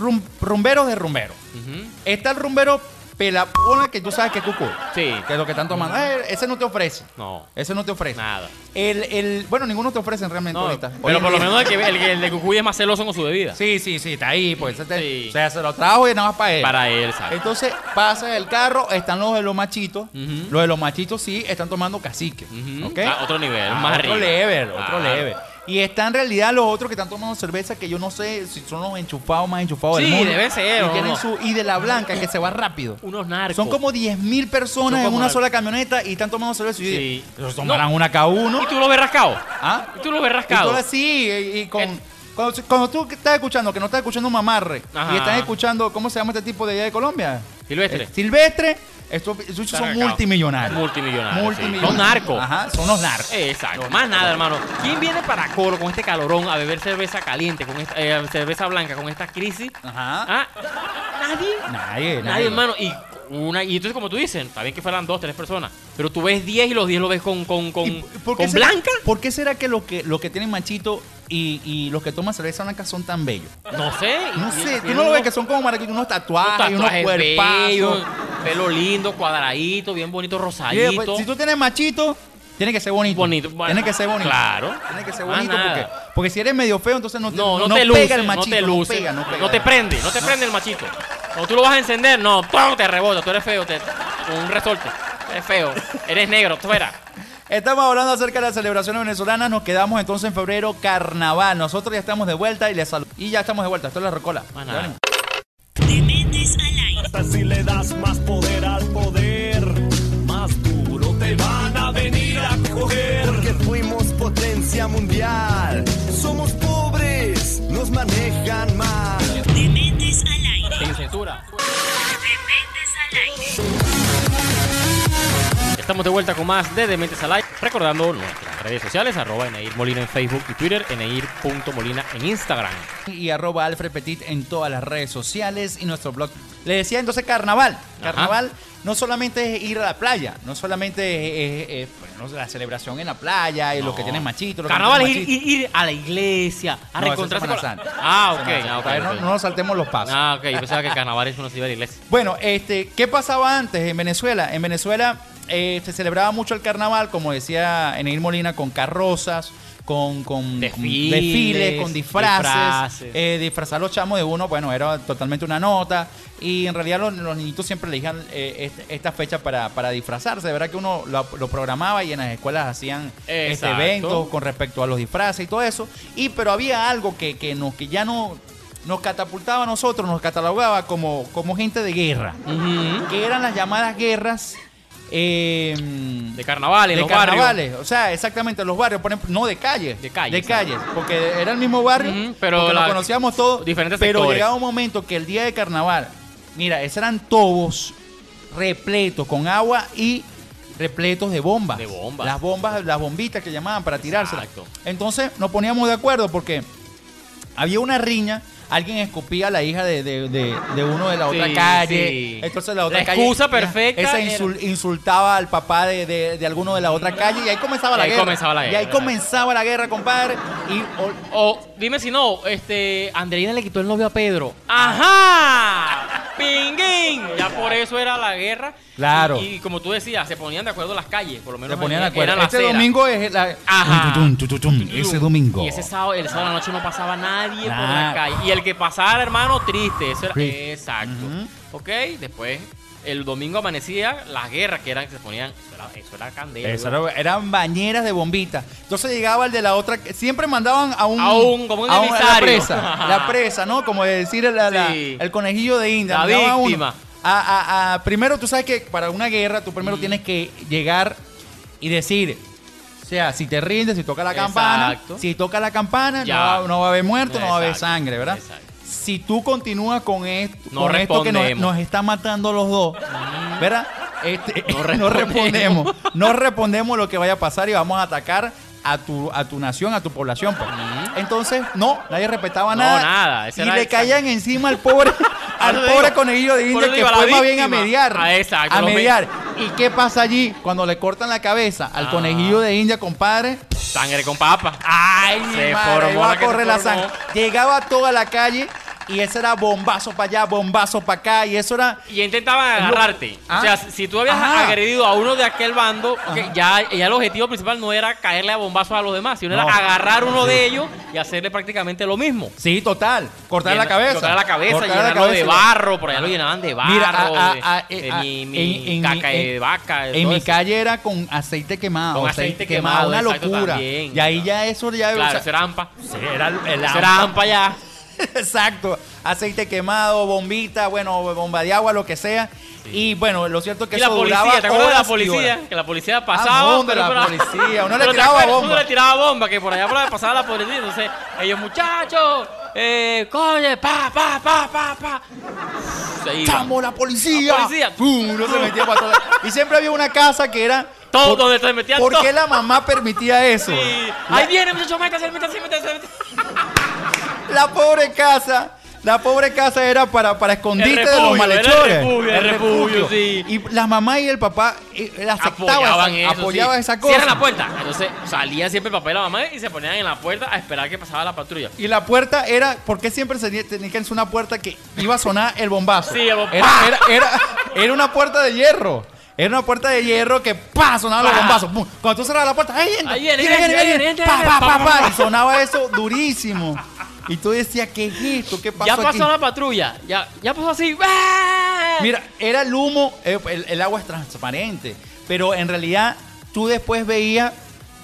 Speaker 3: rum- rumberos de rumberos.
Speaker 2: Ujú.
Speaker 3: Está el rumbero pelapona que tú sabes que es cucú.
Speaker 2: Sí.
Speaker 3: Que es lo que están tomando. Eh, ese no te ofrece.
Speaker 2: No,
Speaker 3: Ese no te ofrece.
Speaker 2: nada.
Speaker 3: El, el, bueno, ninguno te ofrecen realmente
Speaker 2: No,
Speaker 3: ahorita. Hoy
Speaker 2: pero
Speaker 3: en
Speaker 2: por lo
Speaker 3: día.
Speaker 2: menos el, que, el, que- el de Cucuy es más celoso con su bebida.
Speaker 3: Sí, sí, sí, está ahí. Pues, ese te-
Speaker 2: Sí.
Speaker 3: O sea, se lo trajo y nada más para él.
Speaker 2: Para él, ¿sabes?
Speaker 3: Entonces, pasa el carro, están los de los machitos.
Speaker 2: Ujú.
Speaker 3: Los de los machitos sí están tomando cacique.
Speaker 2: Ujú.
Speaker 3: ¿ok?
Speaker 2: Ah, otro nivel, más
Speaker 3: Otro
Speaker 2: arriba.
Speaker 3: level, otro
Speaker 2: Claro.
Speaker 3: level. Y está en realidad los otros que están tomando cerveza que yo no sé si son los enchufados más enchufados del
Speaker 2: Sí,
Speaker 3: mundo.
Speaker 2: debe ser,
Speaker 3: Y,
Speaker 2: ¿o
Speaker 3: tienen
Speaker 2: no?
Speaker 3: su, y de la blanca que se va rápido.
Speaker 2: Unos narcos.
Speaker 3: Son como 10.000 personas
Speaker 2: Son
Speaker 3: en
Speaker 2: como
Speaker 3: una
Speaker 2: la-
Speaker 3: sola camioneta y están tomando cerveza. Y yo
Speaker 2: Sí.
Speaker 3: digo, "Pero
Speaker 2: No.
Speaker 3: tomarán una cada uno.
Speaker 2: ¿Y tú lo ves rascado?
Speaker 3: ¿Ah?
Speaker 2: ¿Y tú lo ves
Speaker 3: Y
Speaker 2: rascado?
Speaker 3: todo así, y, y con...
Speaker 2: Eh.
Speaker 3: Cuando, cuando tú que estás escuchando, que no estás escuchando un mamarre,
Speaker 2: Ajá.
Speaker 3: y estás escuchando, ¿cómo se llama este tipo de allá de Colombia?
Speaker 2: Silvestre.
Speaker 3: Eh, Silvestre, estos estos
Speaker 2: Están
Speaker 3: son
Speaker 2: acá.
Speaker 3: multimillonarios.
Speaker 2: Multimillonarios,
Speaker 3: Multimillonarios.
Speaker 2: sí. Son narcos. Eh.
Speaker 3: Ajá, son los narcos.
Speaker 2: Exacto, más nada, hermano. ¿Quién viene para Coro con este calorón a beber cerveza caliente, con esta, eh, cerveza blanca, con esta crisis?
Speaker 3: Ajá.
Speaker 2: Ah, nadie.
Speaker 3: Nadie, nadie.
Speaker 2: Nadie, hermano. Y una y entonces como tú dices, está bien que fueran dos, tres personas, pero tú ves 10 y los 10 lo ves con con con,
Speaker 3: ¿Y por qué
Speaker 2: con
Speaker 3: será-
Speaker 2: blanca.
Speaker 3: ¿Por qué será que los que, los que tienen machito y, y los que toman cerveza blanca son tan bellos?
Speaker 2: No sé. y-
Speaker 3: No
Speaker 2: Ah, y-
Speaker 3: sé, tú
Speaker 2: y
Speaker 3: no lo
Speaker 2: unos-
Speaker 3: ves que son como maraquitos, unos
Speaker 2: unos
Speaker 3: tatuajes, y unos
Speaker 2: tatuajes
Speaker 3: cuerpazos.
Speaker 2: bellos, pelo lindo, cuadradito, bien bonito,
Speaker 3: Oye, pues,
Speaker 2: rosadito.
Speaker 3: si tú tienes machito, tiene que ser bonito.
Speaker 2: Bonito, bueno,
Speaker 3: tiene que ser bonito.
Speaker 2: claro.
Speaker 3: Tiene que ser
Speaker 2: Más
Speaker 3: bonito porque,
Speaker 2: Ah, nada.
Speaker 3: porque si eres medio feo, entonces no te,
Speaker 2: no, no,
Speaker 3: no
Speaker 2: te
Speaker 3: pega
Speaker 2: luce,
Speaker 3: el machito.
Speaker 2: no te luce,
Speaker 3: pega, no pega.
Speaker 2: te prende, no te prende el machito. Cuando tú lo vas a encender, no, ¡pum! te rebota, tú eres feo, te, con un resorte, eres feo, eres negro, fuera.
Speaker 3: Estamos hablando acerca de las celebraciones venezolanas. Nos quedamos entonces en febrero, carnaval. Nosotros ya estamos de vuelta y les salu- Y ya estamos de vuelta. Esto es la Rocola.
Speaker 2: Más Ah, nada.
Speaker 3: Ya
Speaker 1: Dementes al aire.
Speaker 6: Hasta si le das más poder al poder, más duro te van a venir a coger.
Speaker 7: Porque fuimos potencia mundial. Somos pobres, nos manejan mal.
Speaker 1: Dementes al aire.
Speaker 2: Sin censura.
Speaker 1: Dementes al aire.
Speaker 2: Estamos de vuelta con más de Dementes al Aire, recordando nuestras redes sociales, arroba Eneir Molina en Facebook y Twitter, eneir.molina en Instagram.
Speaker 3: venimos. Y arroba Alfred Petit en todas las redes sociales y nuestro blog. Le decía entonces carnaval. Carnaval no solamente es ir a la playa, no solamente es, es- es, bueno, la celebración en la playa y lo que tienen machito. lo que no
Speaker 2: Carnaval es
Speaker 3: tienen
Speaker 2: ir,
Speaker 3: machito.
Speaker 2: ir- ir a la iglesia, a
Speaker 3: No, eso es
Speaker 2: reencontrarse con
Speaker 3: Semana
Speaker 2: la-
Speaker 3: Santa.
Speaker 2: Ah, ok.
Speaker 3: Semana Santa.
Speaker 2: Ah, ok,
Speaker 3: Todavía no-
Speaker 2: ok.
Speaker 3: No nos saltemos los pasos.
Speaker 2: Ah, ok, yo pensaba que el carnaval es una ciudad de la iglesia.
Speaker 3: Bueno, este, ¿qué pasaba antes en Venezuela? este, En Venezuela eh, se celebraba mucho el carnaval, como decía Eneir Molina, con carrozas, con, con
Speaker 2: Desfiles,
Speaker 3: desfiles, con disfraces.
Speaker 2: disfraces.
Speaker 3: eh, disfrazar a los chamos de uno, bueno, era totalmente una nota. Y en realidad los, los niñitos siempre elegían eh, est- esta fecha para, para disfrazarse. De verdad que uno lo, lo programaba y en las escuelas hacían este
Speaker 2: Exacto.
Speaker 3: eventos con respecto a los disfraces y todo eso. Y pero había algo que, que, nos, que ya no nos catapultaba a nosotros, nos catalogaba como, como gente de guerra. Que eran las llamadas guerras. eh,
Speaker 2: De carnavales,
Speaker 3: de
Speaker 2: los
Speaker 3: carnavales,
Speaker 2: barrios.
Speaker 3: o sea, exactamente, los barrios, por ejemplo, no de calles.
Speaker 2: De calles,
Speaker 3: De calles, porque era el mismo barrio,
Speaker 2: Ujú, pero
Speaker 3: porque
Speaker 2: la-
Speaker 3: lo conocíamos todos.
Speaker 2: diferentes
Speaker 3: pero
Speaker 2: sectores.
Speaker 3: llegaba un momento que el día de carnaval, mira, esos eran tobos repletos con agua y repletos de bombas.
Speaker 2: De bombas.
Speaker 3: Las bombas, las bombitas que llamaban para tirárselas.
Speaker 2: Exacto.
Speaker 3: Entonces nos poníamos de acuerdo porque había una riña, alguien escupía a la hija de, de- de- de uno de la otra
Speaker 2: Sí,
Speaker 3: calle.
Speaker 2: sí.
Speaker 3: Entonces la otra
Speaker 2: La
Speaker 3: calle.
Speaker 2: excusa perfecta
Speaker 3: Esa
Speaker 2: era-
Speaker 3: insul- insultaba al papá de, de- de alguno de la otra calle y ahí comenzaba
Speaker 2: Y
Speaker 3: la
Speaker 2: ahí
Speaker 3: guerra.
Speaker 2: comenzaba la
Speaker 3: Y ahí
Speaker 2: guerra.
Speaker 3: comenzaba la guerra, compadre. Y o-
Speaker 2: O dime si no, este, Andreina le quitó el novio a Pedro. ¡Ajá! ¡Pinguín! Ya por eso era la guerra.
Speaker 3: Claro.
Speaker 2: Y, y como tú decías, se ponían de acuerdo las calles, por lo menos.
Speaker 3: se ponían de
Speaker 2: era-
Speaker 3: acuerdo.
Speaker 2: era la
Speaker 3: Este
Speaker 2: acera.
Speaker 3: domingo es la.
Speaker 2: Ajá.
Speaker 5: Tum, tum, tum, tum, tum. Ese domingo.
Speaker 2: Y ese sábado, el sábado de la noche no pasaba nadie por
Speaker 3: Nah.
Speaker 2: la calle. Y el que pasara, hermano, triste. Eso era.
Speaker 3: Triste.
Speaker 2: Exacto. Ok, después. El domingo amanecía las guerras que eran que se ponían. Eso era, eso era candela.
Speaker 3: Eso
Speaker 2: bro.
Speaker 3: era- eran bañeras de bombitas. Entonces llegaba el de la otra. Siempre mandaban a un.
Speaker 2: A un- como un
Speaker 3: a a la
Speaker 2: emisario.
Speaker 3: presa. la presa, ¿no? Como decir la- la-
Speaker 2: Sí.
Speaker 3: el conejillo de India.
Speaker 2: La
Speaker 3: mandaban a uno.
Speaker 2: víctima.
Speaker 3: A- a- a- primero, tú sabes que para una guerra, tú
Speaker 2: Mm.
Speaker 3: primero tienes que llegar y decir. O sea, si te rindes, si toca la campana,
Speaker 2: Exacto.
Speaker 3: si toca la campana, no
Speaker 2: Ya.
Speaker 3: va, no va a haber muerto, no va a haber
Speaker 2: Exacto,
Speaker 3: sangre, ¿verdad?
Speaker 2: exacto.
Speaker 3: Si tú continúas con esto,
Speaker 2: No
Speaker 3: con esto que nos,
Speaker 2: respondemos. Mm.
Speaker 3: nos está matando a los dos, ¿verdad? Este,
Speaker 2: No
Speaker 3: no respondemos.
Speaker 2: respondemos.
Speaker 3: No respondemos lo que vaya a pasar y vamos a atacar a tu, a tu nación, a tu población. pues. Entonces, no, nadie respetaba
Speaker 2: No,
Speaker 3: nada.
Speaker 2: nada,
Speaker 3: Y
Speaker 2: ese era
Speaker 3: le
Speaker 2: el-
Speaker 3: caían encima al pobre, al
Speaker 2: Por eso
Speaker 3: pobre
Speaker 2: digo,
Speaker 3: conejillo de
Speaker 2: por
Speaker 3: India
Speaker 2: eso
Speaker 3: que
Speaker 2: digo, a la
Speaker 3: fue más bien a
Speaker 2: víctima.
Speaker 3: mediar.
Speaker 2: Ah, exacto,
Speaker 3: a
Speaker 2: lo me-
Speaker 3: mediar. ¿Y qué pasa allí cuando le cortan la cabeza al
Speaker 2: Ah.
Speaker 3: conejillo de India, compadre?
Speaker 2: Sangre con papa.
Speaker 3: Ay, mi
Speaker 2: Se
Speaker 3: madre,
Speaker 2: formó
Speaker 3: iba a
Speaker 2: la que se
Speaker 3: correr la
Speaker 2: formó.
Speaker 3: sangre. Llegaba toda la calle y eso era bombazo para allá, bombazo para acá y eso era
Speaker 2: Y intentaban
Speaker 3: Lo-
Speaker 2: agarrarte.
Speaker 3: Ah.
Speaker 2: O sea, si tú habías
Speaker 3: Ajá.
Speaker 2: agredido a uno de aquel bando, que ya, ya el objetivo principal no era caerle a bombazos a los demás, sino
Speaker 3: No.
Speaker 2: era agarrar uno de ellos y hacerle prácticamente lo mismo.
Speaker 3: Sí, total. Cortar la
Speaker 2: Llena-
Speaker 3: cabeza.
Speaker 2: Cortar la cabeza,
Speaker 3: Cortar la
Speaker 2: llenarlo de
Speaker 3: cabeza.
Speaker 2: barro, por allá lo llenaban de barro,
Speaker 3: Mira, a- a- a-
Speaker 2: de, de
Speaker 3: a-
Speaker 2: mi,
Speaker 3: en-
Speaker 2: mi
Speaker 3: en mi-
Speaker 2: caca de
Speaker 3: en-
Speaker 2: vaca. de
Speaker 3: En
Speaker 2: todo
Speaker 3: mi
Speaker 2: eso.
Speaker 3: calle era con aceite quemado.
Speaker 2: Con aceite quemado,
Speaker 3: Una
Speaker 2: exacto,
Speaker 3: locura.
Speaker 2: también.
Speaker 3: y ahí ya eso ya.
Speaker 2: Claro,
Speaker 3: o sea,
Speaker 2: eso era AMPA.
Speaker 3: era el- el
Speaker 2: Eso
Speaker 3: hampa.
Speaker 2: era AMPA ya.
Speaker 3: Exacto. Aceite quemado, bombita, bueno, bomba de agua, lo que sea. Y bueno, lo cierto es que
Speaker 2: Y la
Speaker 3: eso
Speaker 2: policía,
Speaker 3: duraba
Speaker 2: ¿te acuerdas de
Speaker 3: horas
Speaker 2: la
Speaker 3: y horas.
Speaker 2: policía? Que la policía pasaba.
Speaker 3: Ah, hombre, la policía, uno le
Speaker 2: pero te
Speaker 3: tiraba
Speaker 2: acuerdas,
Speaker 3: bomba.
Speaker 2: Uno le tiraba bomba, que por allá por allá pasaba la policía. Entonces, ellos, muchachos, eh, coño, pa, pa, pa, pa, pa. Se iba.
Speaker 3: ¡Chamo, la policía!
Speaker 2: La policía.
Speaker 3: ¡Pum! Uno se metía para todas. Y siempre había una casa que era.
Speaker 2: Todo,
Speaker 3: ¿por-
Speaker 2: donde se metían
Speaker 3: ¿Por
Speaker 2: todos.
Speaker 3: qué la mamá permitía eso?
Speaker 2: Sí.
Speaker 3: La-
Speaker 2: Ahí viene, muchachos, métase, métase, métase, métase.
Speaker 3: La pobre casa. La pobre casa era para, para escondite de los
Speaker 2: refugio, era el
Speaker 3: malhechores.
Speaker 2: refugio, el refugio, sí.
Speaker 3: Y la mamá y el papá eh, aceptaban,
Speaker 2: Apoyaban
Speaker 3: esa,
Speaker 2: eso.
Speaker 3: apoyaban
Speaker 2: sí.
Speaker 3: esa cosa.
Speaker 2: Cierran la puerta. Entonces, salía siempre el papá y la mamá y se ponían en la puerta a esperar que pasaba la patrulla.
Speaker 3: Y la puerta era, porque siempre se tenía- tenía que ser una puerta que iba a sonar el bombazo?
Speaker 2: Sí, el bombazo.
Speaker 3: Era, era, era, era una puerta de hierro. Era una puerta de hierro que ¡pa! sonaba los
Speaker 2: Pa.
Speaker 3: bombazos. ¡Pum! Cuando tú cerrabas la puerta, ¡ahí entra!
Speaker 2: Ahí viene,
Speaker 3: ¡Viene,
Speaker 2: viene,
Speaker 3: viene,
Speaker 2: viene,
Speaker 3: viene!
Speaker 2: viene,
Speaker 3: ¡Pa, pa,
Speaker 2: pa,
Speaker 3: pa,
Speaker 2: pa,
Speaker 3: pa!
Speaker 2: pa.
Speaker 3: Y sonaba eso durísimo. Y tú decías, ¿qué es esto? ¿Qué pasó
Speaker 2: Ya pasó
Speaker 3: aquí?
Speaker 2: la patrulla. Ya, ya pasó así. ¡Ah!
Speaker 3: Mira, era el humo, eh, el, el agua es transparente, pero en realidad tú después veías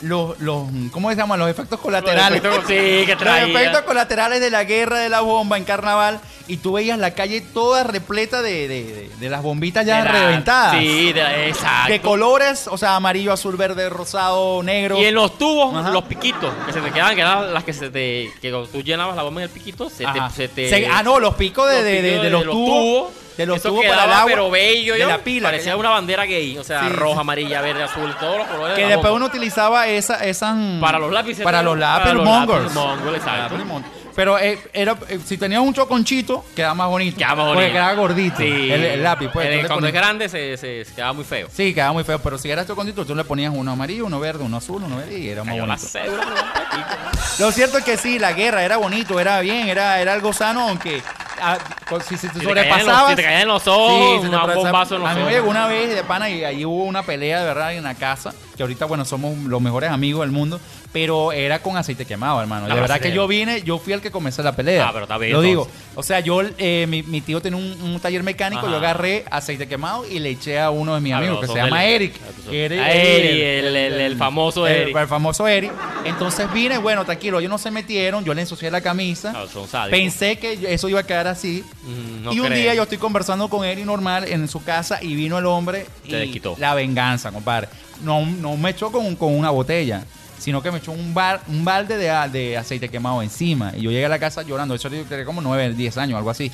Speaker 3: los, los ¿cómo se llaman? Los efectos colaterales.
Speaker 2: Los efectos- sí, que traía.
Speaker 3: Los efectos colaterales de la guerra de la bomba en carnaval y tú veías la calle toda repleta de, de- de- de las bombitas ya
Speaker 2: De la-
Speaker 3: reventadas.
Speaker 2: Sí, de la- exacto.
Speaker 3: De colores, o sea, amarillo, azul, verde, rosado, negro.
Speaker 2: Y en los tubos,
Speaker 3: Ajá.
Speaker 2: los piquitos que se te quedaban, que eran las que se te. que cuando tú llenabas la bomba en el piquito, se
Speaker 3: Ajá.
Speaker 2: te. se te-
Speaker 3: Se- ah, no, los picos de,
Speaker 2: los
Speaker 3: de- de-
Speaker 2: piquitos
Speaker 3: de los, tubos. De los
Speaker 2: Eso
Speaker 3: tubos para
Speaker 2: quedaba,
Speaker 3: el agua.
Speaker 2: Pero bello,
Speaker 3: de
Speaker 2: yo.
Speaker 3: la pila.
Speaker 2: Parecía
Speaker 3: que-
Speaker 2: una bandera gay. O sea,
Speaker 3: Sí.
Speaker 2: roja, amarilla, verde, azul, todos los colores. de
Speaker 3: Que
Speaker 2: la
Speaker 3: después uno
Speaker 2: bomba.
Speaker 3: utilizaba esa, esas. mm,
Speaker 2: Ah, Para los lápices.
Speaker 3: Para los lápices,
Speaker 2: los
Speaker 3: mongers.
Speaker 2: lápices Mongol, exacto.
Speaker 3: Lápiz mon- Pero eh, era, eh, si tenías un choconchito, quedaba más bonito.
Speaker 2: Quedaba más
Speaker 3: Porque
Speaker 2: bonito.
Speaker 3: quedaba gordito.
Speaker 2: Sí.
Speaker 3: El, el lápiz, pues. tú
Speaker 2: El-
Speaker 3: le
Speaker 2: cuando es
Speaker 3: ponías-
Speaker 2: grande, se, se, se quedaba muy feo.
Speaker 3: Sí, quedaba muy feo. Pero si eras choconchito, tú le ponías uno amarillo, uno verde, uno azul, uno verde y era más
Speaker 2: Cayó la
Speaker 3: bonito.
Speaker 2: cédula, me da un poquito.
Speaker 3: Lo cierto es que sí, la guerra era bonito, era bien, era, era algo sano, aunque ah, con- si, si te
Speaker 2: Si te caían en los-
Speaker 3: sobrepasabas.
Speaker 2: si te caían en los ojos,
Speaker 3: se te
Speaker 2: un
Speaker 3: pasaba.
Speaker 2: bombazo en los
Speaker 3: A mí me
Speaker 2: ojos.
Speaker 3: llegó una vez de pana y ahí hubo una pelea de verdad en la casa, que ahorita, bueno, somos los mejores amigos del mundo, pero era con aceite quemado, hermano.
Speaker 2: Ah,
Speaker 3: de verdad
Speaker 2: sí.
Speaker 3: que yo vine, yo fui el que comenzó la pelea.
Speaker 2: Ah, pero está bien,
Speaker 3: Lo digo.
Speaker 2: entonces.
Speaker 3: O sea, yo, eh, mi, mi tío tenía un, un taller mecánico,
Speaker 2: Ajá.
Speaker 3: yo agarré aceite quemado y le eché a uno de mis
Speaker 2: Ah,
Speaker 3: amigos,
Speaker 2: pero
Speaker 3: que se
Speaker 2: son
Speaker 3: llama
Speaker 2: del-
Speaker 3: Eric.
Speaker 2: Ah, son- Ah, Eric, el- el- el famoso
Speaker 3: el-
Speaker 2: Eric.
Speaker 3: El, famoso Eric. Entonces vine, bueno, tranquilo, ellos no se metieron, yo le ensucié la camisa.
Speaker 2: Ah, son sádicos.
Speaker 3: Pensé que yo- eso iba a quedar así.
Speaker 2: Mm, no
Speaker 3: y un
Speaker 2: creo.
Speaker 3: día yo estoy conversando con Eric normal en su casa y vino el hombre y
Speaker 2: Te desquitó.
Speaker 3: la venganza, compadre. No, no me echó con, con una botella, sino que me echó un, bar, un balde de, a- de aceite quemado encima. Y yo llegué a la casa llorando. Eso yo tenía como 9, 10 años, algo así.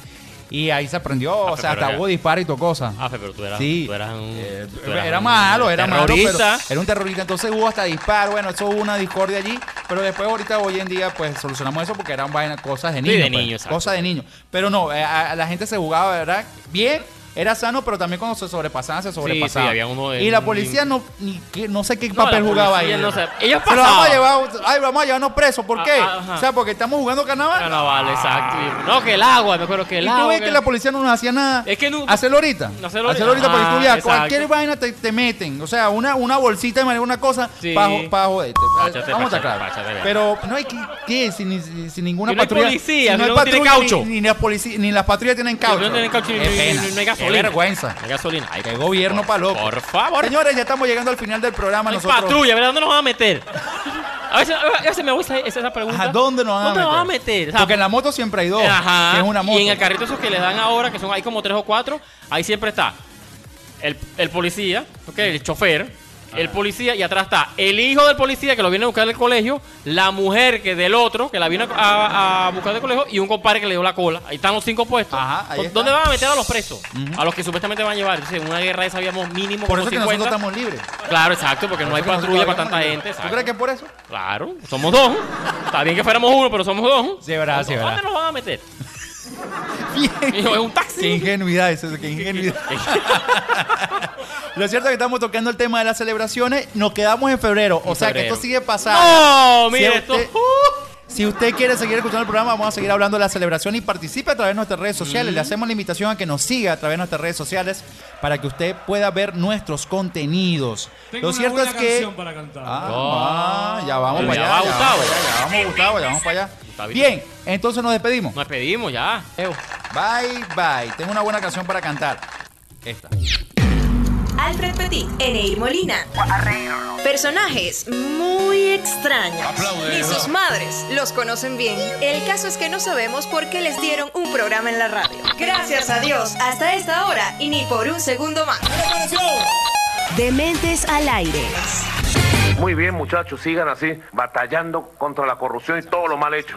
Speaker 3: Y ahí se aprendió, o sea,
Speaker 2: Ah, pero
Speaker 3: hasta
Speaker 2: ya.
Speaker 3: hubo disparo y todo cosa.
Speaker 2: Ah, Fe, pero tú eras,
Speaker 3: Sí.
Speaker 2: tú eras un.
Speaker 3: Eh,
Speaker 2: tú eras
Speaker 3: era
Speaker 2: un
Speaker 3: malo, era malo. pero
Speaker 2: terrorista.
Speaker 3: era un terrorista. Entonces hubo hasta disparo. Bueno, eso hubo una discordia allí. Pero después, ahorita, hoy en día, pues solucionamos eso porque eran vainas, cosas de
Speaker 2: Sí,
Speaker 3: niños. pues,
Speaker 2: de niños, exacto.
Speaker 3: cosas de niños. Pero no, eh, a- a la gente se jugaba, ¿verdad? Bien. Era sano, pero también cuando se sobrepasaban, se sobrepasaban.
Speaker 2: sí, había uno en-
Speaker 3: y la policía no, ni qué- no sé qué
Speaker 2: la
Speaker 3: papel jugaba ahí.
Speaker 2: policía no sé. Ellos
Speaker 3: Se lo vamos a
Speaker 2: pasaban.
Speaker 3: llevar, ay, vamos a llevarnos presos. ¿Por
Speaker 2: Ah,
Speaker 3: qué?
Speaker 2: ah, ajá.
Speaker 3: o sea, porque estamos jugando carnaval.
Speaker 2: Carnaval, Ah, exacto. No, que el agua, me acuerdo que el
Speaker 3: Y tú
Speaker 2: agua.
Speaker 3: ves que la policía no nos hacía nada.
Speaker 2: Es que no-
Speaker 3: Hacerlo ahorita.
Speaker 2: Hacerlo
Speaker 3: Hacerlo
Speaker 2: ahorita.
Speaker 3: ahorita. porque tú
Speaker 2: Ah,
Speaker 3: ya,
Speaker 2: exacto.
Speaker 3: cualquier vaina te, te meten. O sea, una, una bolsita de manera, una cosa,
Speaker 2: Sí.
Speaker 3: para joderte.
Speaker 2: Páchate,
Speaker 3: Vamos a
Speaker 2: páchate,
Speaker 3: estar claros.
Speaker 2: páchate, vea.
Speaker 3: Pero no hay que, que sin, sin- sin ninguna
Speaker 2: Si no hay
Speaker 3: patrulla.
Speaker 2: policía, si
Speaker 3: hay
Speaker 2: no tiene
Speaker 3: patrulla,
Speaker 2: caucho.
Speaker 3: Ni, ni las polici- ni las patrullas tienen
Speaker 2: No,
Speaker 3: caucho.
Speaker 2: no tienen caucho y
Speaker 3: Qué
Speaker 2: no- y
Speaker 3: pena.
Speaker 2: no- y no hay
Speaker 3: Qué
Speaker 2: gasolina.
Speaker 3: vergüenza.
Speaker 2: No hay gasolina. Ay,
Speaker 3: Qué gobierno
Speaker 2: por-
Speaker 3: pa' loco.
Speaker 2: Por favor.
Speaker 3: Señores, ya estamos llegando al final del programa.
Speaker 2: No hay
Speaker 3: Nosotros-
Speaker 2: patrulla, ¿verdad? ¿Dónde nos van a meter? A veces, a veces me gusta esa, esa pregunta.
Speaker 3: Ajá, ¿Dónde nos van a meter?
Speaker 2: ¿Dónde nos van a meter? O sea,
Speaker 3: Porque en la moto siempre hay dos.
Speaker 2: Ajá.
Speaker 3: que es una moto.
Speaker 2: Y en el carrito esos que les dan ahora, que son hay como tres o cuatro, ahí siempre está el, el policía, ok, el chofer, el policía, y atrás está el hijo del policía que lo viene a buscar del colegio, la mujer que del otro, que la vino a, a buscar del colegio, y un compadre que le dio la cola. Ahí están los cinco puestos.
Speaker 3: Ajá, ahí está.
Speaker 2: ¿Dónde van a meter a los presos? A los que supuestamente van a llevar. Entonces, en una guerra de esa habíamos mínimo
Speaker 3: Por
Speaker 2: como
Speaker 3: eso que
Speaker 2: 50.
Speaker 3: nosotros estamos libres.
Speaker 2: Claro, exacto, porque no hay
Speaker 3: Nosotros
Speaker 2: patrulla para
Speaker 3: estamos
Speaker 2: tanta
Speaker 3: libres.
Speaker 2: gente.
Speaker 3: ¿Tú
Speaker 2: exacto.
Speaker 3: crees que es por eso?
Speaker 2: Claro, somos dos. Está bien que fuéramos uno, pero somos dos.
Speaker 3: Sí, verdad, sí,
Speaker 2: ¿Dónde
Speaker 3: verdad.
Speaker 2: nos van a meter?
Speaker 3: Bien.
Speaker 2: Hijo, es un taxi.
Speaker 3: Qué ingenuidad eso, qué ingenuidad. Lo cierto es que estamos tocando el tema de las celebraciones. Nos quedamos en febrero. O
Speaker 2: En
Speaker 3: sea que
Speaker 2: febrero.
Speaker 3: esto sigue pasando.
Speaker 2: No,
Speaker 3: Si
Speaker 2: mire
Speaker 3: usted-
Speaker 2: esto. Uh.
Speaker 3: Si usted quiere seguir escuchando el programa, vamos a seguir hablando de la celebración y participe a través de nuestras redes
Speaker 2: Mm.
Speaker 3: sociales. Le hacemos la invitación a que nos siga a través de nuestras redes sociales para que usted pueda ver nuestros contenidos.
Speaker 8: Tengo
Speaker 3: Lo
Speaker 8: una
Speaker 3: cierto
Speaker 8: buena
Speaker 3: es que.
Speaker 8: canción para cantar.
Speaker 3: Ah,
Speaker 2: Ah.
Speaker 3: ah, ya vamos
Speaker 2: Ya
Speaker 3: para allá.
Speaker 2: va
Speaker 3: ya
Speaker 2: Gustavo.
Speaker 3: vamos para allá, Ya vamos, Gustavo, ya vamos para allá.
Speaker 2: Gustavito.
Speaker 3: Bien, entonces nos despedimos.
Speaker 2: Nos pedimos ya.
Speaker 3: Bye, bye. Tengo una buena canción para cantar. Esta.
Speaker 1: Alfred Petit, Eneir Molina. Personajes muy extraños. Ni sus madres los conocen bien. El caso es que no sabemos por qué les dieron un programa en la radio. Gracias a Dios, hasta esta hora y ni por un segundo más. Dementes al aire.
Speaker 9: Muy bien, muchachos, sigan así, batallando contra la corrupción y todo lo mal hecho.